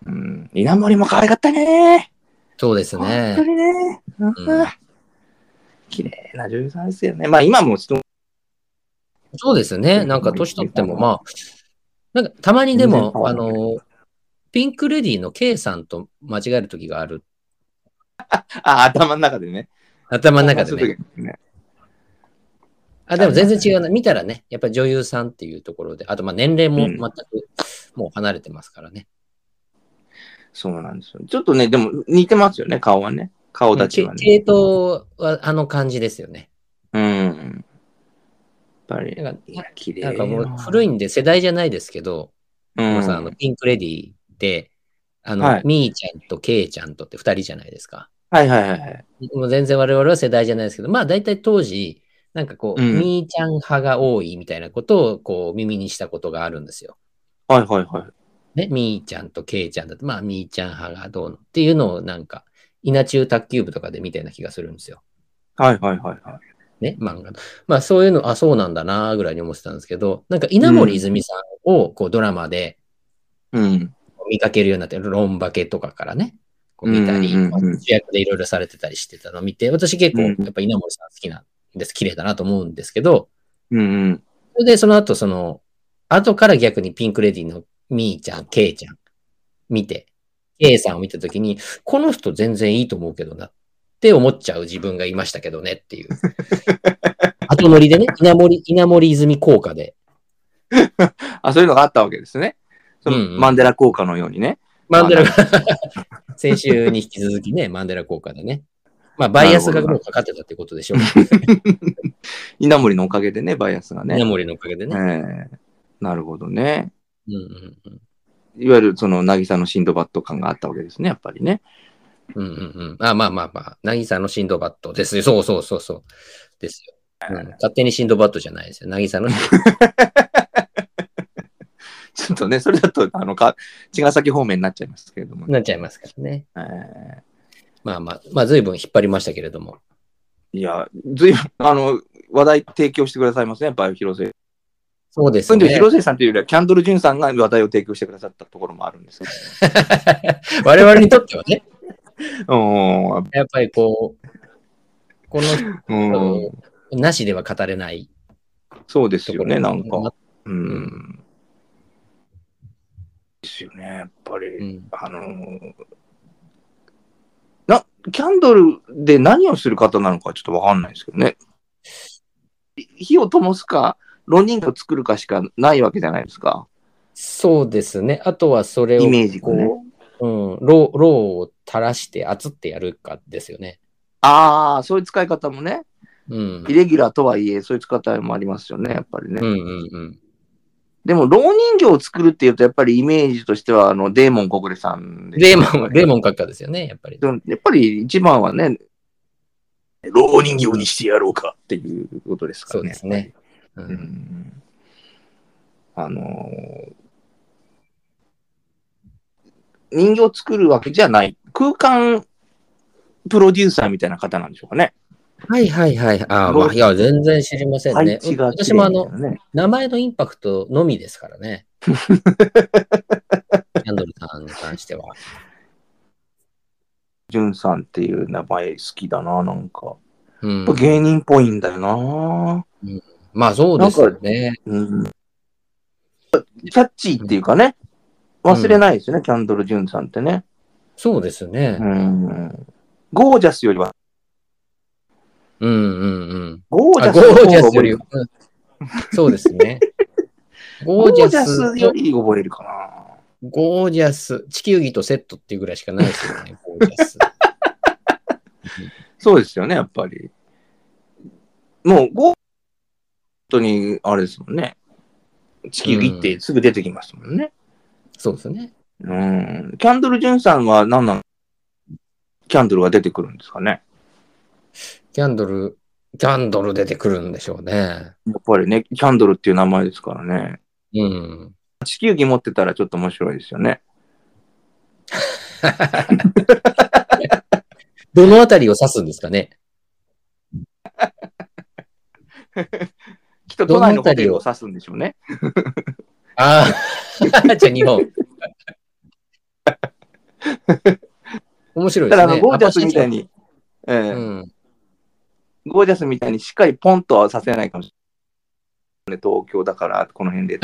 B: うん。稲森も可愛かったね。
A: そうです
B: 本当
A: ね。
B: にね。うん
A: ん
B: 綺麗な女優さんですよね。まあ今もちょっと
A: そうですね。なんか年取っても、まあ、なんかたまにで
B: 全然変
A: も、
B: わ
A: あ
B: らない
A: の、ピンクレディーの K さんと間違える時がある。
B: あ頭の中でね。
A: 頭の中でね。
B: そういう時ね
A: あ、でも全然違うな。見たらね、やっぱり女優さんっていうところで、あとまあ年齢も
B: うん
A: 全くもう離れてますからね。
B: そうなんですよ。ちょっとね、でも似てますよね、顔はね。顔立ち
A: 系
B: はね。
A: 統はあの感じですよね。
B: うん。やっぱり。
A: なんか
B: いや綺麗
A: なんかもう古いんで世代じゃないですけど、
B: うん
A: もうさあのピンクレディーって、あの、
B: はい
A: みーちゃんとけいちゃんとって二人じゃないですか。
B: はいはいはいはい。
A: もう全然我々は世代じゃないですけど、まあ大体当時、なんかこう、
B: うん
A: みーちゃん派が多いみたいなことをこう耳にしたことがあるんですよ。
B: はいはいはい。
A: ね、みーちゃんとけいちゃんだと、まあみーちゃん派がどうのっていうのをなんか、稲中卓球部とかでみたいな気がするんですよ。
B: はいはいはいはい。
A: ね、漫画の。まあそういうの、あ、そうなんだなぐらいに思ってたんですけど、なんか稲森泉さんをこうドラマで
B: うん。
A: 見かけるようになって、ロンバケとかからね、こう見たり、
B: うんうんうん
A: まあ主役でいろいろされてたりしてたのを見て、私結構
B: う
A: や
B: ん
A: っぱ稲森さん好きなんです、綺麗だなと思うんですけど、
B: うんうん。
A: それで、その後、その、後から逆にピンクレディのみーちゃん、けいちゃん、見て、けいさんを見たときに、この人全然いいと思うけどなって思っちゃう自分がいましたけどねっていう。後乗りでね、稲森、稲森泉効果で、
B: あ、そういうのがあったわけですね。その、
A: うんうん
B: マンデラ効果のようにね。
A: マンデラが、先週に引き続きね、マンデラ効果でね。まあ、バイアスがもうかかってたってことでしょう。
B: 稲森のおかげでね、バイアスがね。
A: 稲森のおかげで
B: え
A: ね。
B: えなるほどね。
A: うんうんうん
B: いわゆるその、渚のシンドバッド感があったわけですね、やっぱりね。
A: うんうんうん。あ、まあまあまあ。渚のシンドバッドですよ。そうそうそうそう。ですよ。うん勝手にシンドバッドじゃないですよ。渚の。
B: ちょっとね、それだと、あの、か、茅ヶ崎方面になっちゃいますけれども、ね。
A: なっちゃいますからね。
B: え
A: まあまあ、まあ随分引っ張りましたけれども。
B: ーいや、ずいぶん、あの、話題提供してくださいますね、やっぱり広瀬。
A: そうです
B: それで
A: ね。
B: 広瀬さんというよりは、キャンドル・ジュンさんが話題を提供してくださったところもあるんですけ
A: 我々にとってはね、
B: ど。うん
A: やっぱりこう、この人
B: うん。
A: なしでは語れない
B: そうです
A: と
B: よ
A: ころ
B: ね、なんか。う
A: うん
B: ん。ですよね、やっぱり。
A: うん
B: あのーな、キャンドルで何をする方なのかちょっとわかんないですけどね。い火を灯すか、ロ人形を作るかしかないわけじゃないですか。
A: そうですね。あとはそれを
B: イメージが
A: こ
B: ね
A: う、うん、ろうろうを垂らして、あつってやるかですよね。
B: ああ、そういう使い方もね、
A: うん。う
B: イ
A: ん
B: レギュラーとはいえ、そういう使い方もありますよね、やっぱりね。
A: うんうん。
B: でも、老人形を作るっていうと、やっぱりイメージとしては、あの、デーモン小暮さんで
A: デーモン、デーモン閣下ですよね、やっぱり。
B: やっぱり一番はね、老人形にしてやろうかっていうことですからね。
A: そうですねう、
B: うんんあのー人形を作るわけじゃない、空間プロデューサーみたいな方なんでしょうかね。
A: はいはいはい。ああ、まあ、いや、全然知りませんね。
B: 配置が
A: 私もあ
B: 綺麗
A: の
B: み、たいなね
A: 名前のインパクトのみですからね。キャンドルさんに関しては。
B: ジュンさんっていう名前好きだな、なんか。
A: うん
B: やっぱ、芸人っぽいんだよな。
A: まあそうですよね。
B: うん、キャッチーっていうかね、忘れないですよね、キャンドル・ジュンさんってね。
A: そうですね
B: う。ん、ゴージャスよりは、
A: うんうんうん。
B: ゴージ
A: あ
B: ャスの方
A: ゴー
B: が
A: ジャス
B: 覚
A: よ
B: え
A: り
B: る。
A: うんそうですね。ゴ
B: ゴ
A: ージ
B: ージ
A: ャ
B: ャス
A: ス
B: よ
A: と、
B: り覚えるかな。
A: ゴージャス、地球儀とセットっていうぐらいしかないですよね、ゴージャス。
B: そうですよね、やっぱり。もう、ゴー本当に、あれですもんね。地球儀ってすぐ出てきますもんね。
A: そうですね。
B: うん。キャンドル・ジュンさんは何なのキャンドルが出てくるんですかね。
A: キャンドル、キャンドル出てくるんでしょうね。
B: やっぱりね、キャンドルっていう名前ですからね。
A: うん。
B: 地球儀持ってたらちょっと面白いですよね。
A: どのあたりを指すんですかね。
B: きっと都内のホテルを指すんでしょうね。
A: ああ、 じゃあ日本。面白いで
B: た
A: す
B: だあの、
A: ね。
B: ゴージャスみたいに、え
A: あ。
B: え
A: うん。
B: ゴージャスみたいにしっかりポンとはさせないかもしれない。東京だから、この 辺で。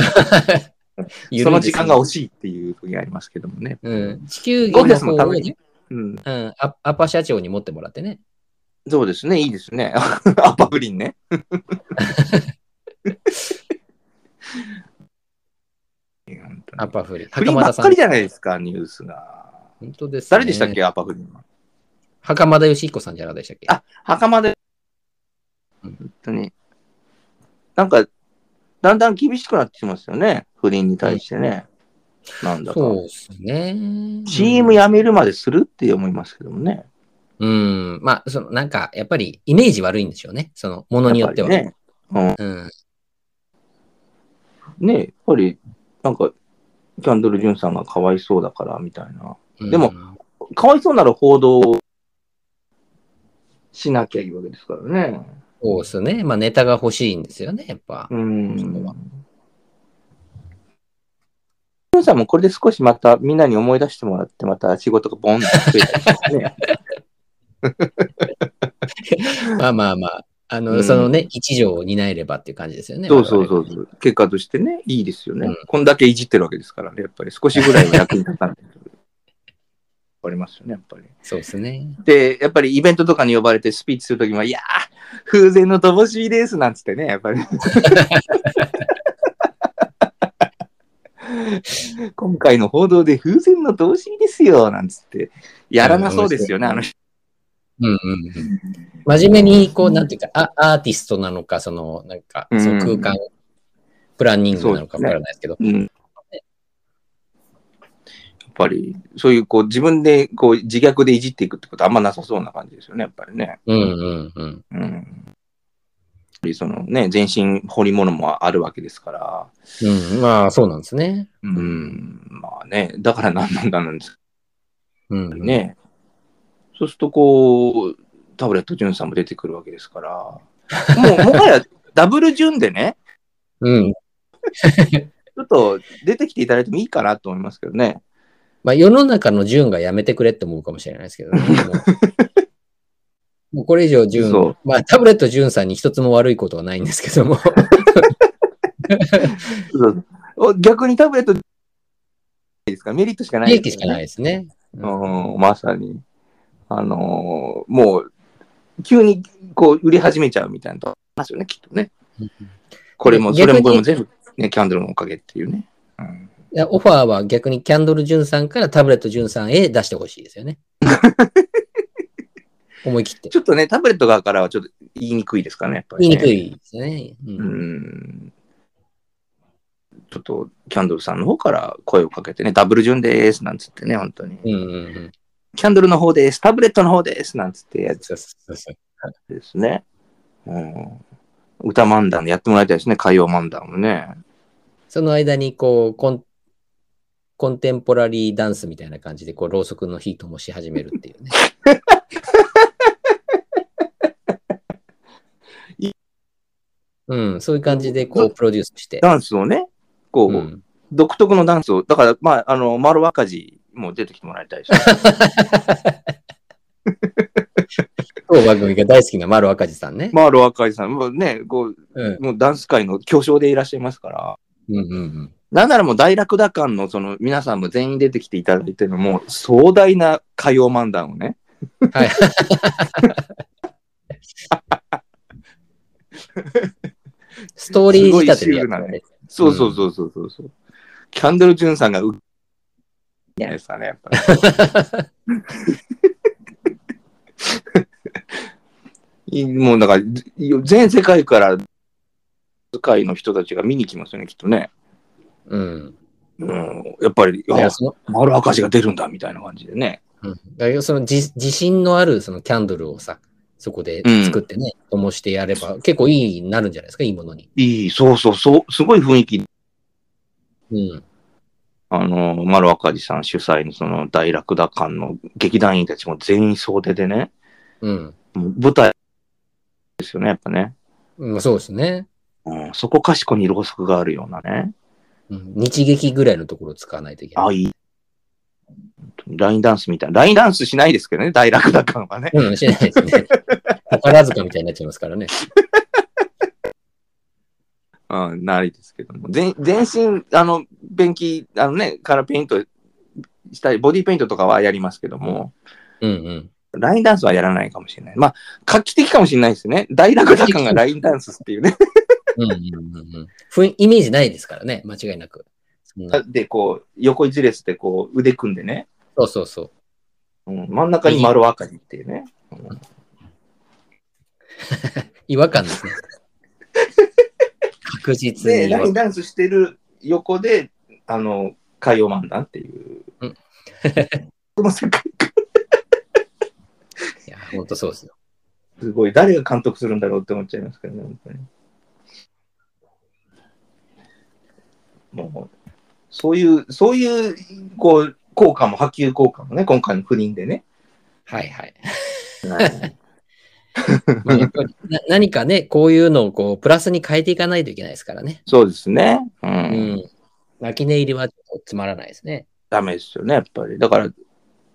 B: その時間が惜
A: い。
B: しいっていう時がありますけどもね。
A: うん。地球儀
B: ゴージャ
A: の
B: ス
A: 方
B: の
A: を
B: ために。うん、
A: うん、アアパ社長に持ってもらってね。
B: そうですね、いいですね。 アパグリーンね。いや本当に
A: アパフリ。
B: 不倫ばっかりじゃないですか、ニュースが。
A: 本当です、ね。
B: 誰でしたっけ、アパグリーンは。
A: 袴田義彦さんじゃなかったでしたっけ
B: あ、袴で。
A: うん
B: 本当に。なんか、だんだん厳しくなってきますよね、不倫に対してね。なんだか。
A: そうですね。
B: CM 辞めるまでするって思いますけどもね。
A: うん。まあ、その、なんか、やっぱり、イメージ悪いんでしょうね。その、ものによっては。
B: やっぱりね。
A: うん。
B: ねやっぱり、なんか、キャンドル・ジュンさんがかわいそうだから、みたいな。
A: うん
B: でも、かわいそうなら報道をしなきゃいいわけですからね。
A: そうですね。まあ、ネタが欲しいんですよね、やっぱ。
B: うん。ジ
A: それは
B: ュンさんもこれで少しまたみんなに思い出してもらって、また仕事がボンと増えたりとかね。
A: まあまあまあ、あの、
B: うん
A: そのね、一条を担えればっていう感じですよ ね。
B: そうそうそう
A: 我
B: そう。結果としてね、いいですよね。
A: うん
B: こんだけいじってるわけですからね、やっぱり少しぐらいは役に立た ないと。ありますよね、やっぱり。
A: 々そうですね。
B: で、やっぱりイベントとかに呼ばれてスピーチするときも、いやー、風前の乏しいですなんつってね、やっぱ り。今回の報道で風前の乏しいですよなんつって、やらなそうですよね、
A: うん
B: あの人。
A: うんうんうん。真面目に、こう、なんていうか、あアーティストなのか、その、なんか、
B: うん
A: その空間、プランニングなのかわからないですけど、
B: うん。やっぱり、そういう、こう、自分で、こう、自虐でいじっていくってことあんまなさそうな感じですよね、やっぱりね。
A: うんうんうん。
B: うん。りそのね、全身彫り物もあるわけですから、
A: うん、まあ、そうなんですね。
B: うん、まあね、だから何なんだなんです
A: うん
B: け。ど。ね、そうするとこう、タブレット潤さんも出てくるわけですから、もうもはや ダブル潤でね、
A: うん。
B: ちょっと出てきていただいてもいいかなと思いますけどね。
A: まあ、世の中の順がやめてくれって思うかもしれないですけどね。 もうもうこれ以上
B: そ
A: 順、まあ、タブレット順さんに一つも悪いことはないんですけ ども。
B: そうお逆にタブレット、ですかメリットしかない
A: 利
B: です
A: 益
B: よ
A: し
B: ね
A: かないですね。
B: うん、まさに。あのーもう、急にこう売り始めちゃうみたいなとこありますよね、きっとね。これも、それ
A: 逆に
B: もこれも全部、ね、キャンドルのおかげっていうね。うん、
A: いやオファーは逆にキャンドル順さんからタブレット順さんへ出してほしいです よね。思い切って。
B: ちょっとね、タブレット側からはちょっと言いにくいですかね、やっぱり、
A: 言い
B: ね。
A: にく。いですね。うん
B: うん。ちょっと、キャンドルさんの方から声をかけてね、ダブル順でーす、なんつってね、本当に。
A: うんうんうん。
B: キャンドルの方です、タブレットの方です、なんつってやつ
A: そうそうそう。
B: ですね。うん。歌漫談でやってもらいたいですね、海洋漫談をね。
A: その間に、こう、コン、コンテンポラリーダンスみたいな感じで、こう、ろうそくのヒートもし始めるっていうね。 うん、そういう感じで、こう、プロデュースして。
B: ダンスをね、こう、
A: うん、
B: 独特のダンスを、だから、まあ、あの、丸若字も出てきてもらいたいし、
A: 当番組が大好きな丸赤字さんね。
B: 丸若字さん、もうね、こう、
A: うん、
B: もうダンス界の巨匠でいらっしゃいますから、
A: うん、うん
B: なんならもう大楽打感のその皆さんも全員出てきていただいてるのも、壮大な歌謡漫談をね、
A: うん。はい。ストーリー仕立てでやってるね。
B: そうそうそうそうそうそう、キャンドル・ジュンさんがう、いやですかね、やっぱり。 いもうだから、ず全世界から、世界の人たちが見に来ますよね、きっとね。
A: うん。
B: うん、やっぱり、
A: だか
B: あ
A: らその
B: 丸赤字が出るんだみたいな感じでね。
A: うん、だけどその自自信のあるそのキャンドルをさ、そこで作ってね、灯してやれば、結構いいなるんじゃないですか、いいものに。
B: いい、そうそう、そう、すごい雰囲気。
A: うん。
B: あの、丸赤字さん主催のその大楽打館の劇団員たちも全員総出でね、
A: うん。
B: もう舞台ですよね、やっぱね。
A: うん、そうですね、
B: うん、そこかしこにろうそくがあるようなね。
A: うん。日劇ぐらいのところを使わないといけない。
B: あ、いい。本当にラインダンスみたいな。ラインダンスしないですけどね、大楽打館はね。
A: うん、しないです ね。宝塚みたいになっちゃいますからね。
B: うん、ないですけども。全全身、あの、ペンキ、あのね、カラーペイントしたり、ボディペイントとかはやりますけども、
A: うんうん。
B: ラインダンスはやらないかもしれない。まあ、画期的かもしれないですね。大楽打感がラインダンスっていうね。
A: うんうんうんうんふん。イメージないですからね、間違いなく。そんな
B: で、こう、横一列でこう、腕組んでね。
A: そうそうそう。
B: うん、真ん中に丸赤にっていうね。
A: 違和感 ですね。確実
B: で、
A: に違
B: ライ
A: 和
B: ンダンスしてる横で、あの、海洋漫談っていう。
A: うん
B: この世界、
A: いや、本当そうですよ。
B: すごい。誰が監督するんだろうって思っちゃいますけどね、本当に。もう、そういう、そういう、こう、効果も、波及効果もね、今回の不倫でね。
A: はい はい。
B: はい
A: まあやっぱりな何かね、こういうのをこうプラスに変えていかないといけないですからね。
B: そうですね。う。
A: うんん。泣き寝入りはちょっとつまらないですね。
B: ダメですよね、やっぱり。だから、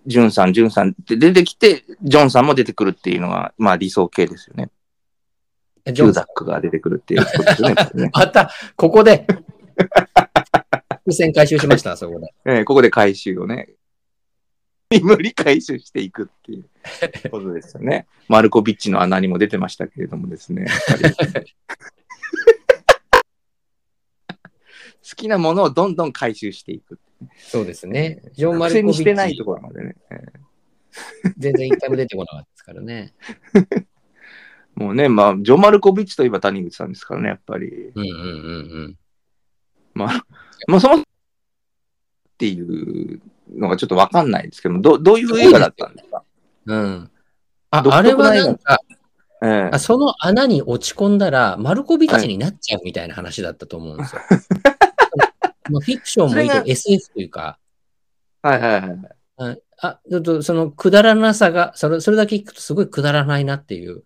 B: ジュンさん、ジュンさんって出てきて、ジョンさんも出てくるっていうのが、まあ理想形ですよね。
A: ジ
B: ジ
A: ョ
B: ュ
A: ン
B: ザ
A: さ
B: ッ
A: ん。
B: クが出てくるっていうことですよね。やっぱ りね
A: また、ここで。伏線回収しま した、そこで。
B: ええここで回収をね、無理回収していくっていうことですよね。マルコビッチの穴にも出てましたけれどもですね。やっぱり好きなものをどんどん回収していく。
A: そうですね。ジョン・マル
B: 苦戦
A: コビッ
B: に
A: チ
B: してないところまでね。ええ
A: 全然一回も出てこなかったですからね。
B: もうね、まあ、ジョン・マルコビッチといえば谷口さんですからね、やっぱり。
A: うんうんうん
B: まあ、まあ、その、っていうのがちょっとわかんないですけども、どどういう映画だったんですか
A: うん。うん。あ、
B: 独
A: あれ
B: 特な
A: は
B: 映画
A: なんか、
B: うん
A: あ。その穴に落ち込んだら、マルコビッチになっちゃうみたいな話だったと思うん ですよ。まあ、フィクションもいい
B: それ
A: と
B: が
A: SF というか、
B: はいはいはい。
A: うんあ、ちょっとそのくだらなさが、それそれだけ聞くとすごいくだらないなって いう。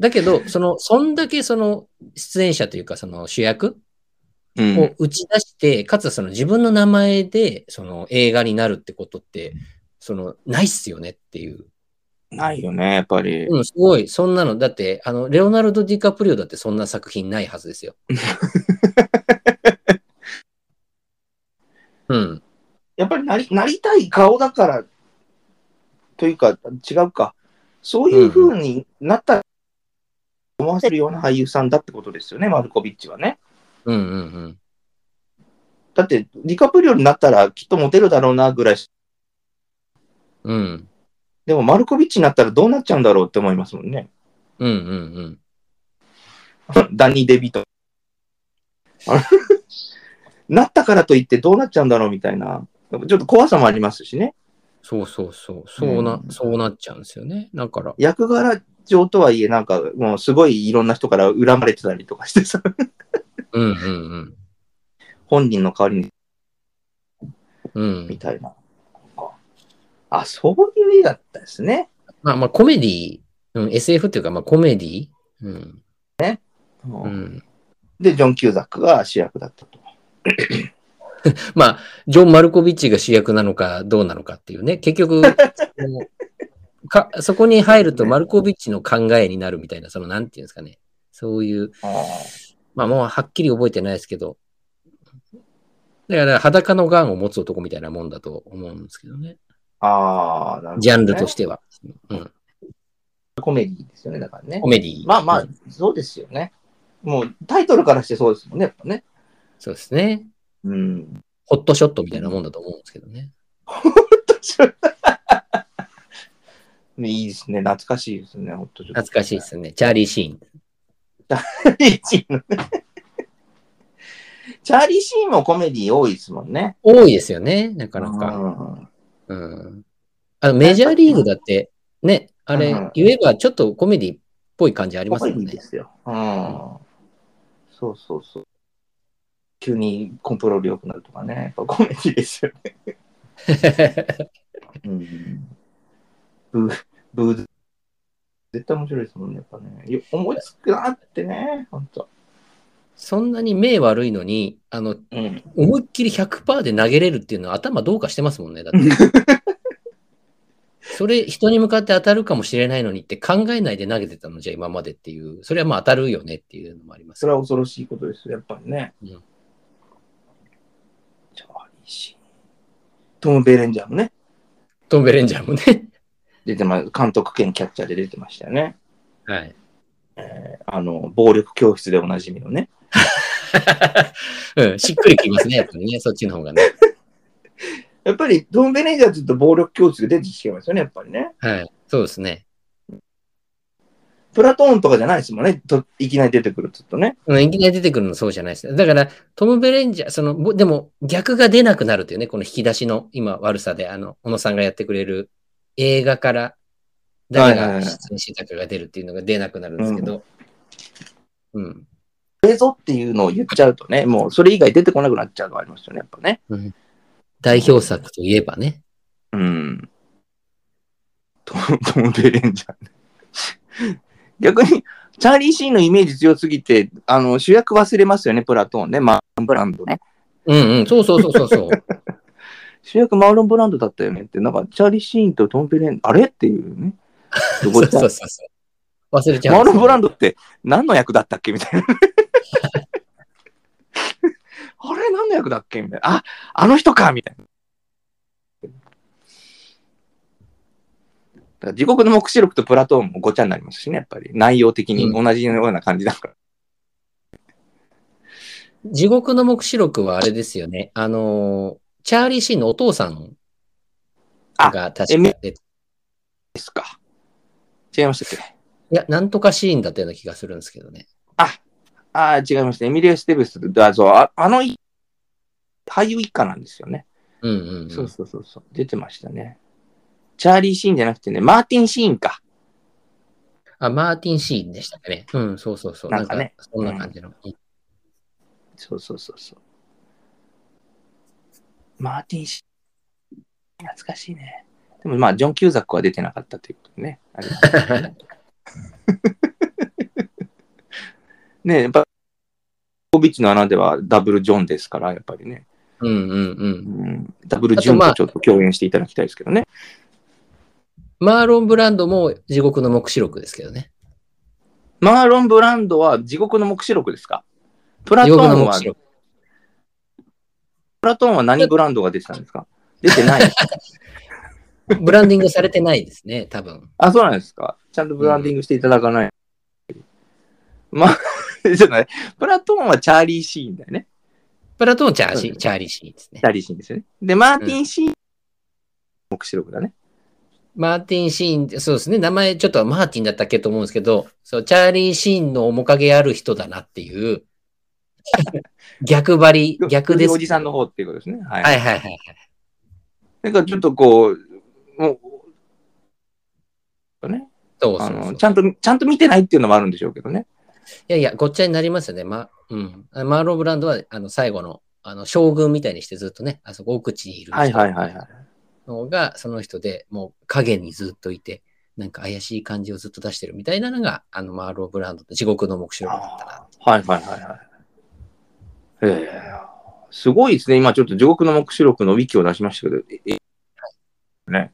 A: だけど、その、そんだけその出演者というか、その主役
B: うん。
A: を打ち出して、かつその自分の名前でその映画になるってことって、その、ないっすよねっていう。
B: ないよね、やっぱり。
A: うん、すごい。そんなの、だって、あの、レオナルド・ディカプリオだってそんな作品ないはず ですよ。うん。
B: やっぱりなりなりたい顔だから、というか、違うか。そういう風になったら、思わせるような俳優さんだってことですよね、マルコビッチはね。
A: うんうんうん。
B: だって、ディカプリオになったらきっとモテるだろうなぐらいし、
A: うん。
B: でもマルコビッチになったらどうなっちゃうんだろうって思いますもんね。
A: うんうんうん。
B: ダニー・デビート。 あれなったからといってどうなっちゃうんだろうみたいな。ちょっと怖さもありますしね。
A: そうそうそう。そうな、
B: うん
A: そうなっちゃうんですよね。だから。
B: 役柄上とはいえ、なんかもうすごいいろんな人から恨まれてたりとかしてさ、
A: うんうん
B: 本人の代わりに
A: うん。う
B: み
A: ん。
B: たいな。あ、そういう絵だったですね。
A: まあまあコメディ、うん、SF っていうかまあコメディ、うん、うん。
B: で、ジョン・キューザックが主役だったと。
A: まあ、ジョン・マルコビッチが主役なのかどうなのかっていうね。結 局、そのかそこに入るとマルコビッチの考えになるみたいな、そのなんていうんですかね。そういう、まあもうはっきり覚えてないですけど。だから裸の癌を持つ男みたいなもんだと思うんですけどね。
B: ああ、なるほど、。
A: ジャンルとしてては。うん、
B: コメディですよね、だからね
A: コ。メディ。
B: まあま
A: う
B: あ
A: ん、
B: そうですよね。もうタイトルからしてそうですもんね、やっぱね。
A: そうですね。
B: うん。
A: ホットショットみたいなもんだと思うんですけどね。
B: いい ですね、懐かしいですね、ほんとちょっと
A: 懐かしいですね。チャーリー・シーン。
B: チームねチャーリー・シーンもコメディ多いですもんね。
A: 多いですよね、なかなか。
B: うん
A: うん、あのメジャーリーグだって、ね、あれ
B: うん、
A: 言えばちょっとコメディっぽい感じありますよ
B: コメディ
A: ね
B: で。すよ。うん。そうそうそう。急にコントロール良くなるとかね。やっぱコメディですよね。うん。ブー、ブー、絶対面白いですもんね。やっぱね。よ思いつくなってね。ほんと。
A: そんなに目悪いのに、あの、
B: うん。
A: 思いっきり100%で投げれるっていうのは頭どうかしてますもんね、だって。 それ人に向かって当たるかもしれないのにって考えないで投げてたのじゃ今までっていう、それはまあ当たるよねっていうのもあります
B: それは恐ろしいことですよ。やっぱりね。
A: うん
B: チャーリーシーン。トム・ベレンジャーもね。
A: トンベレンジャーもね。
B: 出てま、監督兼キャッチャーで出てましたよね。
A: はい。
B: あの、暴力教室でおなじみのね。
A: うん、しっくりきますね、やっぱりね、そっちの方がね。
B: やっぱり、トム・ベレンジャーずっと暴力教室で出てきてますよね、やっぱりね。
A: はい。そうですね。
B: プラトーンとかじゃないですもんね。といきなり出てくるちょっとね。
A: うんいきなり出てくるのそうじゃないですね。だから、トム・ベレンジャー、その、ぼでも逆が出なくなるというね、この引き出しの今悪さで、あの、小野さんがやってくれる映画から、誰
B: はい
A: が
B: はいはい
A: 出演してたかが出るっていうのが出なくなるんですけど、うん。
B: これぞっていうのを言っちゃうとね、もうそれ以外出てこなくなっちゃうのがありますよね、やっぱね。
A: 代表作といえばね。
B: うん。 トム・トムベレンジャーね。逆に、チャーリー・シーンのイメージ強すぎて、あの、主役忘れますよね、プラトーンね。マーロン・ブランドね。
A: うんうん、そうそうそうそうそ う。
B: 主役マーロン・ブランドだったよねって、なんか、チャーリー・シーンとトム・ベレン、あれっていうね。ど
A: そ
B: こ
A: う
B: 行った
A: そうそうそう。忘れちゃう。
B: マーロン・ブランドって何の役だったっけみた いな。あれ何の役だっけみたいな。あ、あの人かみたいな。だから地獄の黙示録とプラトーンもごちゃになりますしね、やっぱり。内容的に同じような感じだから。
A: 地獄の黙示録はあれですよね。あのー、チャーリー・シーンのお父さんが確かで、い
B: ですか。違いましたっけ
A: や、なんとかシーンだったような気がするんですけどね。
B: ああ、違いました。エミリア・ステブスと、あそうああのい、俳優一家なんですよね。
A: うんうん、うん。
B: そうそうそうそう。出てましたね。チャーリー・シーンじゃなくてね、マーティン・シーンか。
A: あ、マーティン・シーンでしたっけね。うん、そうそうそう。
B: なんかね
A: そんな感じの。うん
B: そうそうそうそう。マーティンシー懐かしいね。でもまあ、ジョン・キューザックは出てなかったということね。あれは ねえやっぱ、ポビッチの穴ではダブルジョンですから、やっぱりね。
A: うんうんう。
B: うんん、ダブルジョンとちょっと共演していただきたいですけどね。
A: マーロン・ブランドも地獄の黙示録ですけどね。
B: マーロン・ブランドは地獄の黙示録ですかプラ
A: 地
B: トー
A: 獄の
B: ン
A: 黙
B: は、
A: 示
B: プ
A: 録。
B: ラトーンは何ブランドが出てたんですか出てない。
A: ブランディングされてないですね、多分。
B: あ、そうなんですか。ちゃんとブランディングしていただかない。まあ、 じゃない。プラトーンはチャーリー・シーンだよね。
A: プラトーン・チャーシ
B: そうです
A: ー、
B: ね
A: チャーリーシーンですね
B: チ。ャーリー・シーンですよね。で、マーティン・シーン、目視録だね。
A: マーティン・シーン、そうですね、名前ちょっとマーティンだったっけと思うんですけど、そう、チャーリー・シーンの面影ある人だなっていう、 逆張り、逆です。
B: おじさんの方っていうことですね。はい。
A: はいはいはい。
B: なんかちょっとこう、もう、ね、
A: そうそう
B: あ
A: そう
B: のちゃんと、ちゃんと見てないっていうのもあるんでしょうけどね。
A: いやいや、ごっちゃになりますよね。ま、うん。あマーロン・ブランドは、あの、最後の、あの、将軍みたいにしてずっとね、あそこ奥地にいる
B: はいはいはいはい。
A: のが、その人でもう影にずっといて、なんか怪しい感じをずっと出してるみたいなのが、あの、マーロン・ブランドと地獄の目標だったな。
B: はいはいはいはい。ええすごいですね。今ちょっと地獄の目視録のウィキを出しましたけど、ええね。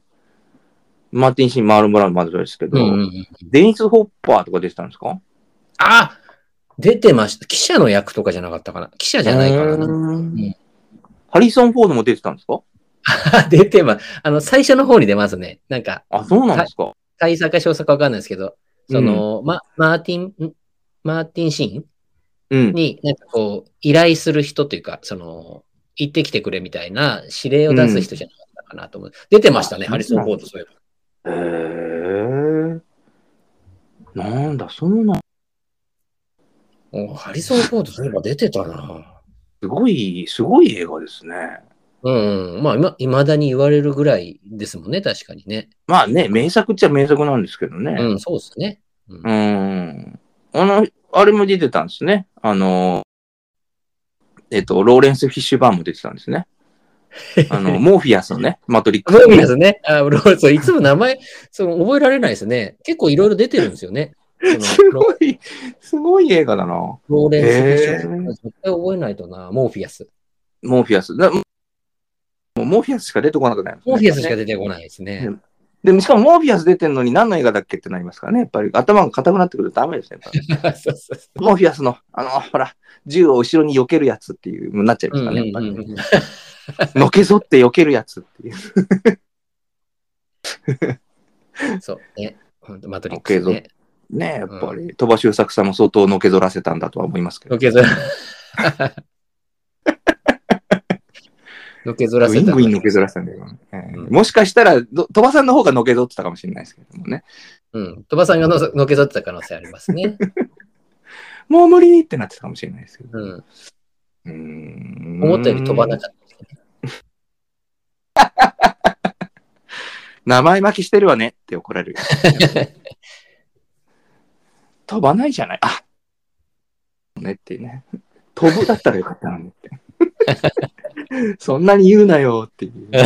B: マーティン・シーン、マール・ブラウン、まずそうですけど、
A: うんうんうん。
B: デニス・ホッパーとか出てたんですか
A: あ出てました。記者の役とかじゃなかったかな。記者じゃないか
B: うー
A: な。
B: ん
A: ん
B: ハリソン・フォードも出てたんですか
A: 出てます。あの、最初の方に出ますね。なんか、
B: あ、そうなんですか、
A: 大作か小作かわかんないですけど、その、ま、マーティン、んマーティンシーン
B: うん。
A: に、なんかこう、依頼する人というか、その、行ってきてくれみたいな指令を出す人じゃなかったかなと思う。出てましたね、
B: あ
A: ハリソン・フォード、そういえば。
B: へえ。なんだ、そうなん、
A: おハリソン・フォード、そういえば出てたな。
B: すごい、すごい映画ですね。
A: うん、うんまあ、今、いまだに言われるぐらいですもんね、確かにね。
B: まあね、名作っちゃ名作なんですけどね。
A: うん、そうですね。うん
B: う、ーん。あの、あれも出てたんですね。あの、えっと、ローレンス・フィッシュバーンも出てたんですね。あ の、モーフィアスのね、マトリック
A: モ
B: ス。
A: ービアスね。 あ、ローそういつも名前、その覚えられないですね。結構いろいろ出てるんですよ ね。そ
B: す
A: のロ
B: ごい、すごい映画だな。モ
A: ローレンス・フィッシ
B: へ
A: ュ。
B: ー
A: 絶対覚えないとな、モーフィアス。
B: ーフィアス。だもうモーフィアスしか出てこなくなりますね
A: モーフィアスしか出てこないですね
B: ね。でもしかもモーフィアス出てんのに何の映画だっけってなりますからね。やっぱり頭が固くなってくるとダメですね。やっぱ り
A: そうそうそう
B: モーフィアスの、あの、ほら、銃を後ろに避けるやつっていう、なっちゃいますからね。やっぱりねのけぞって避けるやつっていう。
A: そうね。本当マトリック
B: OK
A: ス
B: ぞ
A: ね。
B: ねえ、やっぱり、鳥羽周作さんも相当のけぞらせたんだとは思いますけど
A: の。けぞら。 のけぞら
B: ウ
A: せ
B: ィン
A: た。
B: ウィンのけぞらせたんだけどね、ええ
A: うん
B: もしかしたら、ど鳥羽さんの方がのけぞってたかもしれないですけどもね。
A: うん。鳥羽さんがののけぞってた可能性ありますね。
B: もう無理ってなってたかもしれないですけど。
A: うん。
B: うーん
A: 思ったより飛ばなかっ
B: 名前巻きしてるわねって怒られる。 飛ばないじゃない。あねっていうね。飛ぶだったらよかったのにって。 そんなに言うなよっていう。
A: た。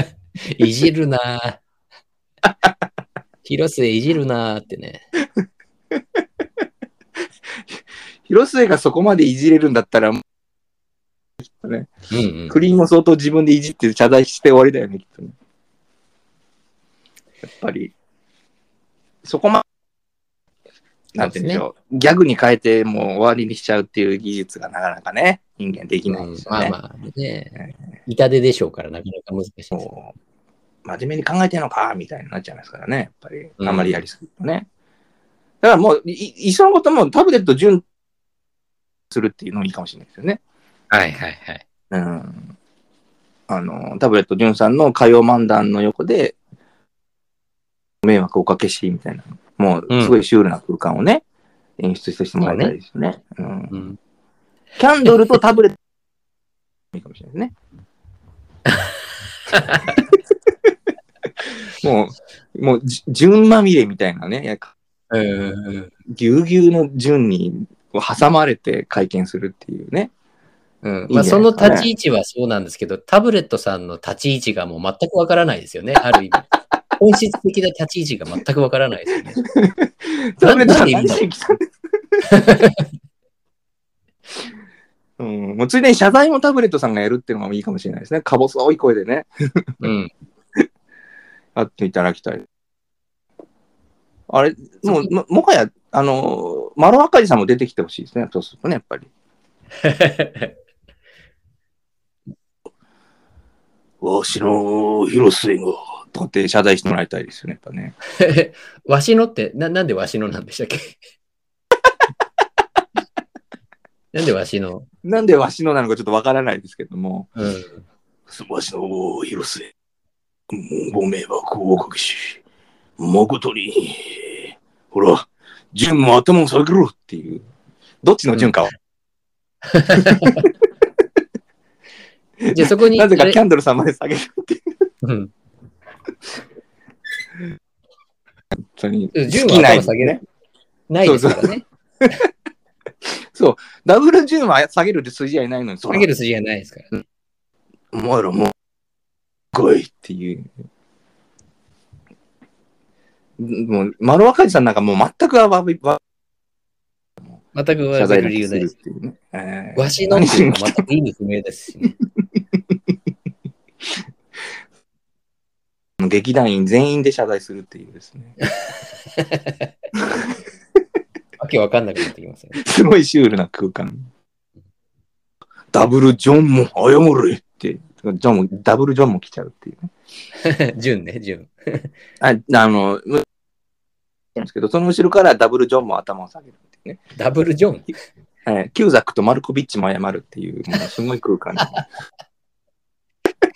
A: いじるなぁ広末いじるなぁってね。
B: 広末がそこまでいじれるんだったら、
A: うんうん
B: クリーンも相当自分でいじって謝罪して終わりだよね、きっとね。やっぱり、そこま、なんて言うんでしょう。ギャグに変えてもう終わりにしちゃうっていう技術がなかなかね、人間できないですよね。
A: うんまあまあね。痛手でしょうから、なかなか難しいです。
B: もう、真面目に考えてんのか、みたいになっちゃいますからね、やっぱり。
A: うん
B: あんまりやりすぎるとね。だからもう、い、いっそのこともうタブレット準するっていうのもいいかもしれないですよね。
A: はいはいはい。
B: うん。あの、タブレット潤さんの火曜漫談の横で、迷惑おかけし、みたいな。も
A: う
B: う、
A: ん
B: すごいシュールな空間をね、演出してもらいたいですよね。うん。
A: うん、
B: キャンドルとタブレット、いいかもしれないですね。もう、もうじ、順まみれみたいなね、やかうんぎゅうぎゅうの順に挟まれて会見するっていうね。うん
A: まあ、その立ち
B: 位置。
A: 位置はそうなんですけど、タブレットさんの立ち位置がもう全くわからないですよね、あ る意味。本質的な立ち位置が全くわからないですよね。
B: タブレットさん
A: なんで
B: 何しに来たんですかうん、もうついでに謝罪もタブレットさんがやるっていうのがいいかもしれないですね。か細い声でね、
A: うん。
B: 会っていただきたい。あれ、もう、ももはや、あの、マロアカジさんも出てきてほしいですね。そうするとね、やっぱり。わしの広末が、とかって謝罪してもらいたいですよね、やっぱね。
A: わしのってな、なんでわしのなんでしたっけ なんでわしの、
B: なんでわしのなのかちょっとわからないですけども。
A: うん、
B: わしの広末、ご迷惑をおかけし、誠に、ほら、純も頭を下げろっていう。どっちの純かは、
A: じゃあそこに、
B: なぜ
A: あ
B: か
A: れ
B: キャンドルさんまで下げるっていう。
A: うん、
B: 本当に。
A: 純
B: 好きな
A: は頭
B: 意味
A: 下
B: で
A: げ
B: ね
A: る。ないですからね。
B: ダブル純は下げるって筋合いないのに、そ
A: 下げる筋がないですからね。
B: お前らもう、来いっていう。もう、丸若いさんなんかもう全くわび、わ
A: 全く言わ
B: 謝
A: れ
B: 罪
A: る
B: な
A: 理
B: く
A: 由
B: す
A: ないで
B: るっ
A: す。
B: ていうね。えー
A: わしのっていうのは全く意味不明ですしね。
B: 劇団員全員で謝罪するっていうですね。
A: わけわかんなくなってきますよね。
B: すごいシュールな空間。ダブルジョンも謝れって。ジョンも、ダブルジョンも来ちゃうっていうね。
A: 純ね、 純。
B: あ、あの、むなんですけど、その後ろからダブルジョンも頭を下げるっていうね。
A: ダブルジョン。
B: はい、キューザックとマルコビッチも謝るっていう、もうすごい空間 に。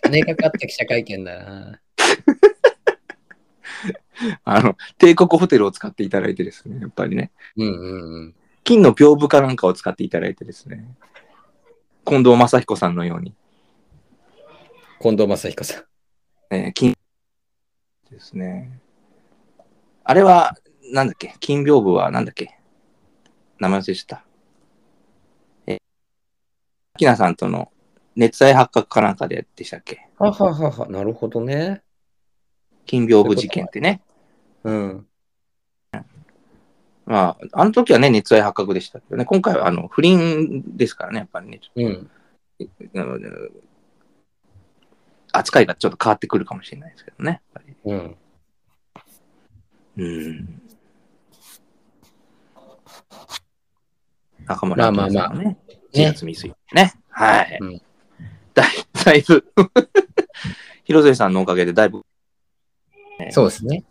A: 金かかった記者会見だな。
B: あの、帝国ホテルを使っていただいてですね、やっぱりね。
A: うんうんうん。
B: 金の屏風かなんかを使っていただいてですね。近藤正彦さんのように、
A: 近藤正彦さん。
B: えー金、ですね。あれは、なんだっけ金屏風はなんだっけ名前忘れちゃった。えー、アキナさんとの熱愛発覚かなんかででしたっけ
A: はははは、なるほどね。
B: 金屏風事件ってね。
A: うん。
B: まあ、あの時はね、熱愛発覚でしたけどね、今回はあの不倫ですからね、やっぱりね、ちょっと
A: うん。
B: なので扱いがちょっと変わってくるかもしれないですけどね。やっぱり
A: うん。
B: うん。中村
A: まあまあまあ
B: さんのね。4
A: ね。
B: 月未遂。ね。はい。
A: うん
B: だいだいぶ、 広末さんのおかげでだいぶ。
A: そうですね。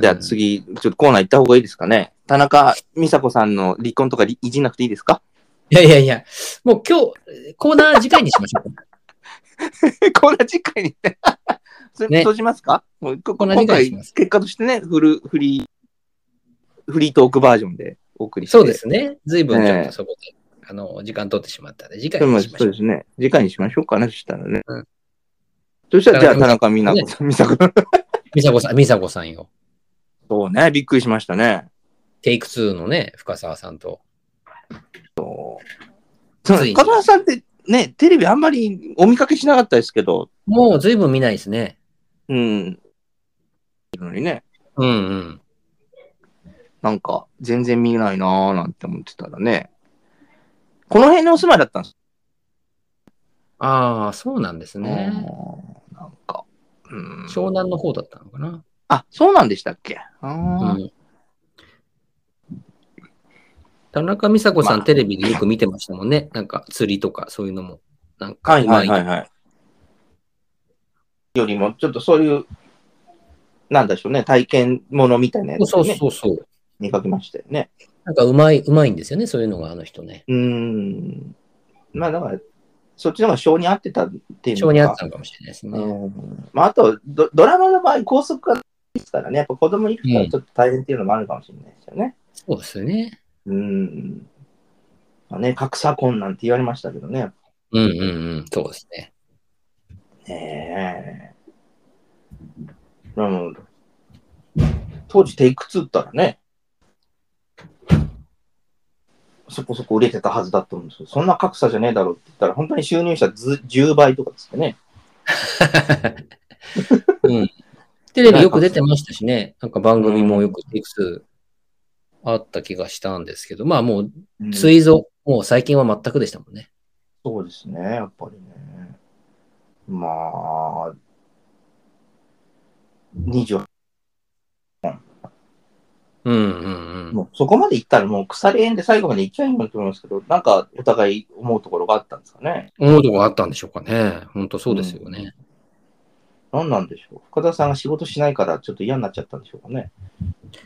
B: じゃあ次、ちょっとコーナー行った方がいいですかね。田中美佐子さんの離婚とかりいじんなくていいですか
A: いやいやいや、もう今日、コーナー次回にしましょうか。
B: コーナー次回に ね。それ
A: ね
B: 閉じますか、もうこ
A: コーナー
B: 今
A: 次回に
B: 回、
A: します
B: 結果としてね、フル、フリー、フリートークバージョンでお送りして。
A: そうですね。随分ちょっ
B: ね
A: とそこで、あの、時間取ってしまったので、次
B: で
A: 回に
B: も
A: しまし
B: そ
A: ょ
B: う
A: う
B: で。すね。次回にしましょうかね、そしたらね。
A: うん
B: そしたら、じゃあ、田
A: 田
B: 中美奈子さん、美奈子さん。
A: みさこさん、みさこさんよ。
B: そうね、びっくりしましたね。
A: テイク2のね、深澤さんと。
B: そう
A: ついに
B: 深澤さんってね、テレビあんまりお見かけしなかったですけど、
A: もう随分見ないですね。
B: うん。いるのにね、
A: うんうん。
B: なんか、全然見ないなーなんて思ってたらね。この辺にお住まいだったんです
A: ああ、そうなんですね。
B: あーなんか。うん、
A: 湘南の方だったのかな。
B: あ、そうなんでしたっけあー、
A: うん。田中美佐子さん、
B: まあ
A: テレビでよく見てましたもんね。なんか釣りとかそういうのも。なんか、
B: はいはいは
A: う
B: いはい。よりも、ちょっとそういう、なんでしょうね、体験ものみたいなや
A: まい
B: つ
A: そ
B: を
A: う
B: ね、
A: そうそう。
B: 見かけましたよね。
A: なんかうまい、うまいんですよね。そういうのがあの人ね。
B: うーん。まあだから、そっちの方が性に合ってたっていうの
A: 性に合ったのかもしれないです
B: う
A: ね。
B: んまああとド、ドラマの場合、高速がですからね、やっぱ子供いるから
A: うん
B: ちょっと大変っていうのもあるかもしれないですよね。
A: そうですよね。
B: うん。まあね、格差婚なんて言われましたけどね。
A: うんうんうん。そうです ね。
B: ねえ。まあもう当時テイク2ったらね、そこそこ売れてたはずだと思うんですけど、そんな格差じゃねえだろうって言ったら、本当に収入者ず10倍とかですかね。
A: うん。テレビよく出てましたしね。なんか番組もよくいくつあった気がしたんですけど、まあもう、
B: うん
A: 追蔵、もう最近は全くでしたもんね。
B: そうですね、やっぱりね。まあ、20、
A: うんうんうん。
B: もうそこまで行ったらもう鎖縁で最後まで行っちゃいいのと思いますけど、なんかお互い思うところがあったんですかね。
A: 思うとこあったんでしょうかね。本当そうですよね。
B: 何なんでしょう。深田さんが仕事しないからちょっと嫌になっちゃったんでしょうかね。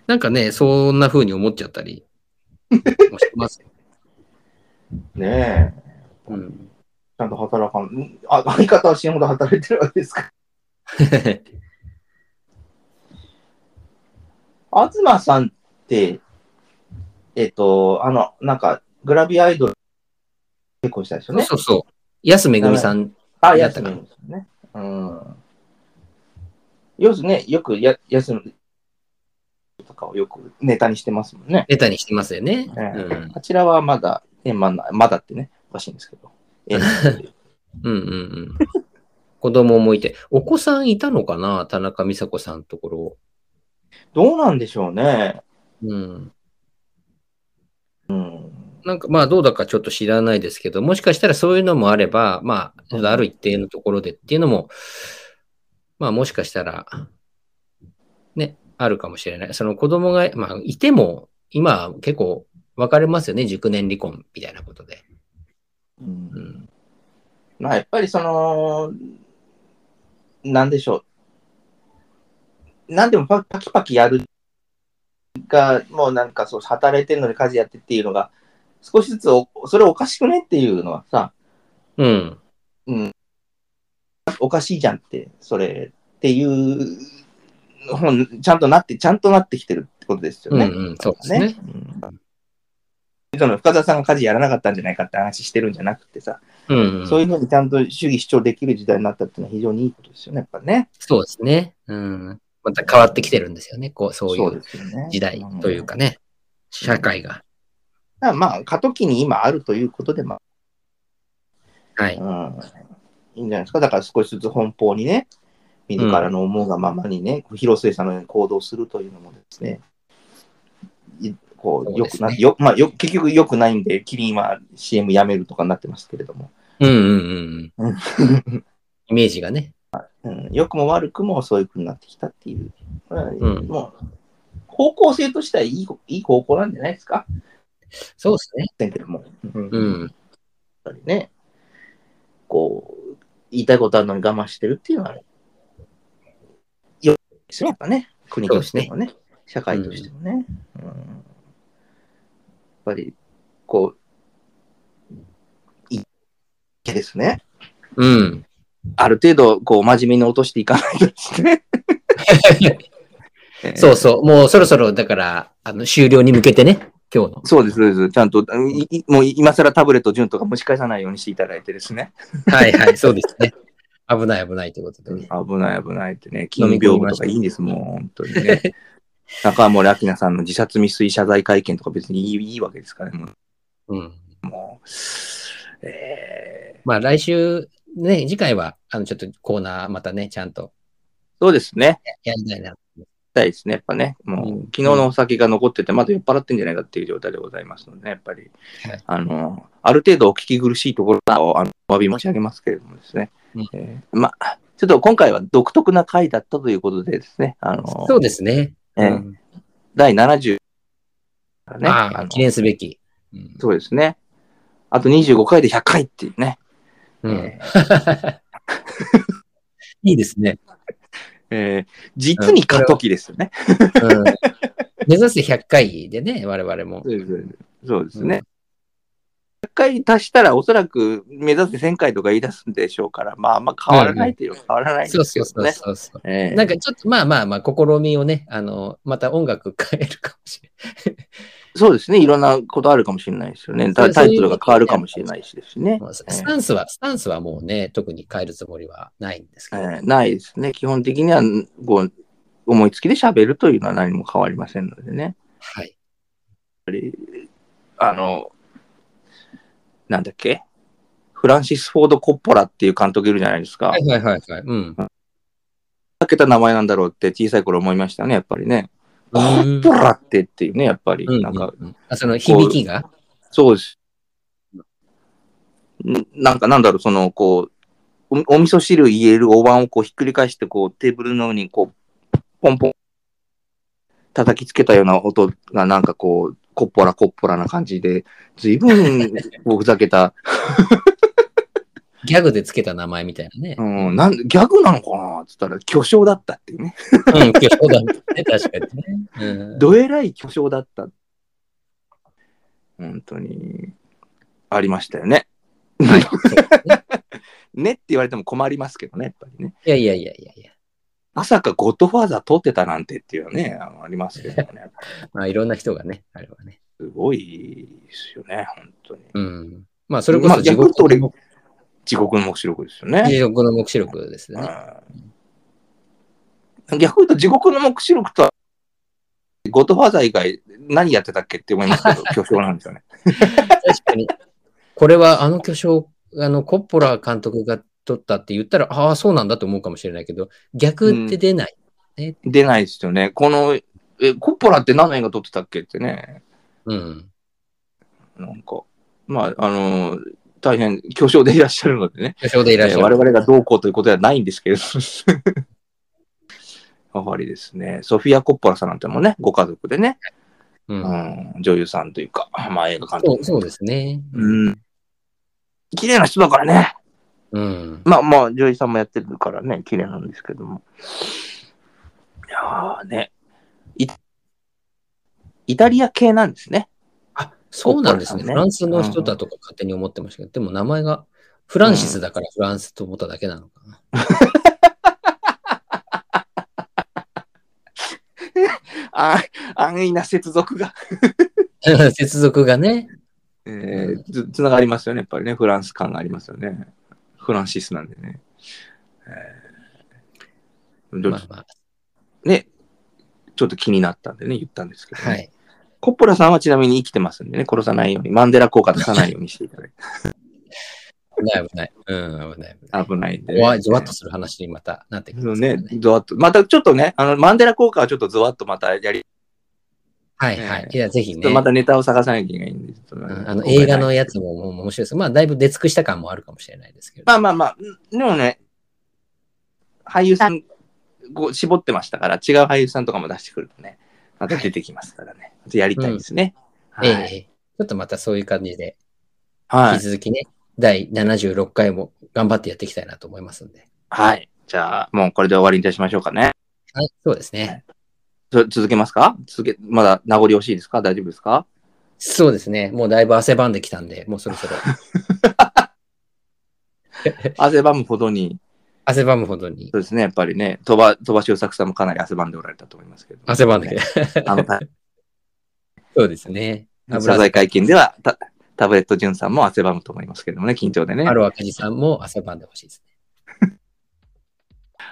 A: なんかね、そんな風に思っちゃったりもしてますよ。
B: ねえ。
A: うん
B: ちゃんと働かん。んあ、相方は死ぬほど働いてるわけです か。東さんって、えっと、あの、なんか、グラビアアイドル結婚したでし
A: そ
B: ょう
A: う
B: ね。
A: そうそう。安めぐみさん。
B: あ、
A: やっ
B: 安
A: た
B: め
A: か
B: ですよね。うん。要するにね、よくや、安めとかをよくネタにしてますもんね。
A: ネタにしてますよね。
B: ええあちらはまだ、え、まだ、まだってね、おかしいんですけど。 ええ
A: うん。うんうんうん。子供もいて。お子さんいたのかな田中美佐子さんのところ。
B: どうなんでしょうね。
A: うん。
B: うん。
A: なんかまあどうだかちょっと知らないですけど、もしかしたらそういうのもあれば、まあ、ちょっとある一定のところでっていうのも、まあもしかしたら、ね、あるかもしれない。その子供が、まあいても、今結構分かれますよね。熟年離婚みたいなことで。う
B: う
A: んん。
B: まあ、やっぱりその、なんでしょう。なんでもパパキパキやるが、もうなんかそう、働いてるのに家事やってっていうのが、少しずつお、それおかしくねっていうのはさ、
A: うん。
B: おかしいじゃんって、それっていう、ほんちゃんとなって、ちゃんとなってきてるってことですよ
A: うん
B: ね。
A: うん。そうですね。
B: うんその深澤さんが家事やらなかったんじゃないかって話してるんじゃなくてさ、
A: うん、うん。
B: そういうふうにちゃんと主義主張できる時代になったっていうのは非常にいいことですよね、やっぱね。
A: そうですね。うん。また変わってきてるんですよね。こう、そうい
B: そうですよね
A: 時代という。かね。社会が。
B: んだからまあ、過渡期に今あるということで、ま
A: は
B: あ、
A: い。
B: うん、いいんじゃないですか。だから少しずつ奔放にね、自らの思うがままにね、広末さんのように行動するというのもですね、いこ
A: そう
B: う、
A: で
B: よ
A: す
B: く
A: ね
B: な、よ、まあ、よ、結局良くないんで、キリンは CM やめるとかになってますけれども、
A: うんうんうんうん。 イメージがね。
B: うん、良くも悪くもそういうふうになってきたっていう、
A: ん
B: もう、方向性としてはいい、いい方向なんじゃないですか。
A: そうですね。
B: だけども。うん
A: うん。
B: やっぱりね、こう、言いたいことあるのに我慢してるっていうのは、よですよやっぱね、国としてもね、社会としてもね。うんやっぱり、こう、いけですね。
A: うん。
B: ある程度、こう、真面目に落としていかないとですね。
A: そうそう。もうそろそろ、だから、あの、終了に向けてね。今日の。
B: そうです、そうです。ちゃんと、いいもう今更タブレット、順とか持ち返さないようにしていただいてですね。
A: はい はい。そうですね。危ない危ないということでね。
B: 危ない危ないってね、
A: 飲み
B: 金
A: 込み
B: 屏
A: ま
B: 風
A: し
B: と
A: た
B: かいいんです、もう本当にね。 中森明菜さんの自殺未遂謝罪会見とか別にいいいいわけですからね、もう。
A: うん。
B: もうえー
A: まあ来週、ね、次回は、あの、ちょっとコーナーまたね、ちゃんと
B: そうですね。
A: やりたいな。
B: 痛いですね、やっぱね。もう、
A: うん
B: 昨日のお酒が残ってて、まだ酔っ払ってんじゃないかっていう状態でございますので、やっぱり、
A: はい
B: あの、ある程度お聞き苦しいところをあのお詫び申し上げますけれどもですね。
A: うん
B: えーまあ、ちょっと今回は独特な回だったということでですね、あの、
A: そうですね。
B: えー
A: うん
B: 第70からね、
A: ああ、
B: の
A: 記念すべき。うん
B: そうですね。あと25回で100回っていうね。
A: うん
B: え。
A: いいですね。
B: えー実に過渡期ですよね。
A: うん、目指せ100回でね、我々も。
B: そうですそうですね。100回足したらおそらく目指せ1000回とか言い出すんでしょうから、まああんま変わらないという変わらないん
A: そう
B: です
A: そ
B: よ
A: うそう
B: ね。
A: そうそう。
B: ええ
A: なんかちょっとまあまあまあ、試みをね、あの、また音楽変えるかもしれ
B: そうですね。いろんなことあるかもしれないですよね。
A: そ
B: タ
A: う
B: タイトルが変わるかもしれないしですね。
A: ない。スタンスは、スタンスはもうね、特に変えるつもりはないんですけ
B: え
A: ど。
B: えないですね。基本的には、こう、思いつきで喋るというのは何も変わりませんのでね。
A: はい。
B: あの、なんだっけフランシス・フォード・コッポラっていう監督いるじゃないですか。
A: はいはいはいはい。うん。
B: かけた名前なんだろうって小さい頃思いましたね、やっぱりね。コ
A: うん
B: ッポラってっていうね、やっぱり。
A: うん
B: なんか、
A: ううあその響きが
B: そうです。んなんかなんだろう、その、こう、おお味噌汁入れるお椀をこうひっくり返して、こうテーブルの上にこう、ポンポン、叩きつけたような音がなんかこう、コッポラコッポラな感じで、随分こうふざけた、
A: ギャグでつけた名前みたいなね。
B: うん、なんギャグなのかなっつったら、巨匠だったっていうね。
A: うん、巨匠だね、確かにね。うん
B: どえらい巨匠だった。本当に、ありましたよね。
A: はいそう
B: ねって言われても困りますけどね、やっぱりね。
A: いやいやいやいやいや。
B: まさかゴッドファーザー撮ってたなんてっていうのはね、あのありますけどね。
A: まあ、いろんな人がね、あれはね。
B: すごいですよね、本当に。
A: うん。まあ、それこそ地
B: まあ逆に
A: 獄
B: 言
A: の
B: う、地獄の目視録ですよね。
A: 地獄の目視録ですね。
B: うん逆に言うと地獄の目視録とは、ゴッドファーザー以外何やってたっけって思いますけ ど、巨匠なんですよね。
A: 確かに。これはあの巨匠、あのコッポラ監督が撮ったって言ったら、ああ、そうなんだと思うかもしれないけど、逆って出ない。
B: 出ないですよね。この、え、コッポラって何の映画撮ってたっけってね、
A: うん。
B: なんか、まあ、あの大変巨匠でいらっしゃるのでね。
A: 巨匠でいらっしゃ
B: えー
A: る。
B: 我々がどうこうということではないんですけれど も。やはりですね、ソフィア・コッポラさんなんてもね、ご家族でね、
A: うん
B: うん、女優さんというか、まあ映画監
A: そ
B: 督。
A: うそうですね。
B: うん。綺麗な人だからね。
A: うん。
B: まあまあ、女優さんもやってるからね、綺麗なんですけども。いやーね。いイタリア系なんですね。
A: あ、そうなんですね。フ
B: コッポラさんね
A: ランスの人だとか勝手に思ってましたけど、でも名前がフランシスだからフランスと思っただけなのかな。
B: あ安易な接続が、
A: 接続がね。
B: えーつ、つながりますよね、やっぱりね。フランス感がありますよね。フランシスなんでね。えーちょ
A: ま
B: っ
A: あ
B: と
A: まあ。
B: ね、ちょっと気になったんでね、言ったんですけどね、
A: はい。
B: コッポラさんはちなみに生きてますんでね、殺さないように、マンデラ効果出さないようにしていただい て、
A: 危ない危ない。うん、危ない危ない。
B: 危ないんで、
A: 怖い、ゾワッとする話にまたなってき
B: そ
A: ま
B: う
A: すから
B: ね、ゾワッと。またちょっとね、あの、マンデラ効果はちょっとゾワッとまたやり、
A: はいはい。いや、ぜひ
B: ちょっと
A: ね。
B: またネタを探さなきゃいけないんで、ちょっとね
A: うんあの映画のやつももう面白いです。まあ、だいぶ出尽くした感もあるかもしれないですけど。
B: まあまあまあ、でもね、俳優さん、こう絞ってましたから、違う俳優さんとかも出してくるとね、また出てきますからね。またやりたいですね。
A: ええ
B: はい。
A: ちょっとまたそういう感じで、
B: は
A: 引
B: い
A: き。続きね、第76回も頑張ってやっていきたいなと思いますんで。
B: はい。じゃあ、もうこれで終わりにいたしましょうかね。
A: はい、そうですね。
B: そ続けますか続け、まだ名残惜しいですか大丈夫ですか
A: そうですね。もうだいぶ汗ばんできたんで、もうそろそろ
B: 汗ばむほどに、
A: 汗ばむほどに
B: そうですね、やっぱりね、鳥羽、鳥羽周作さんもかなり汗ばんでおられたと思いますけど。
A: 汗ばんでき
B: ね
A: た。
B: あの、た
A: そうですね。
B: 謝
A: 油
B: 罪会見では、たタブレット潤さんも汗ばむと思いますけどもね、緊張でね。
A: ある赤字さんも汗ばんでほしいですね。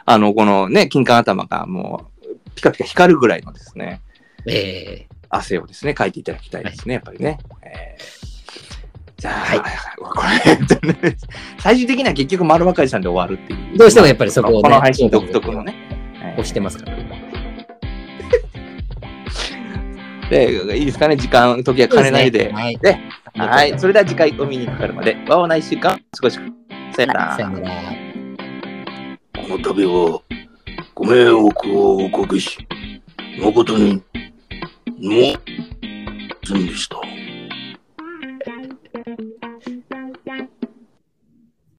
B: あの、このね、金管頭がもう、ピカピカ光るぐらいのですね、
A: え
B: 汗をですね、かいていただきたいですね、やっぱりね。えーじゃあ、
A: はい
B: これ、ね、最終的には結局丸ばかりさんで終わるってい
A: え
B: う。
A: どうしてもやっぱりそこをね、
B: この配信独特のね。え
A: 押してますから。
B: ーで、いいですかね、時間、時は金ないで。
A: はい。
B: ではい、それでは次回お見にかかるまで、和をない週間、少し、さよなら
A: さ。よなら。
C: この度は、ご迷惑をおかけし、誠に、もう、すんでした。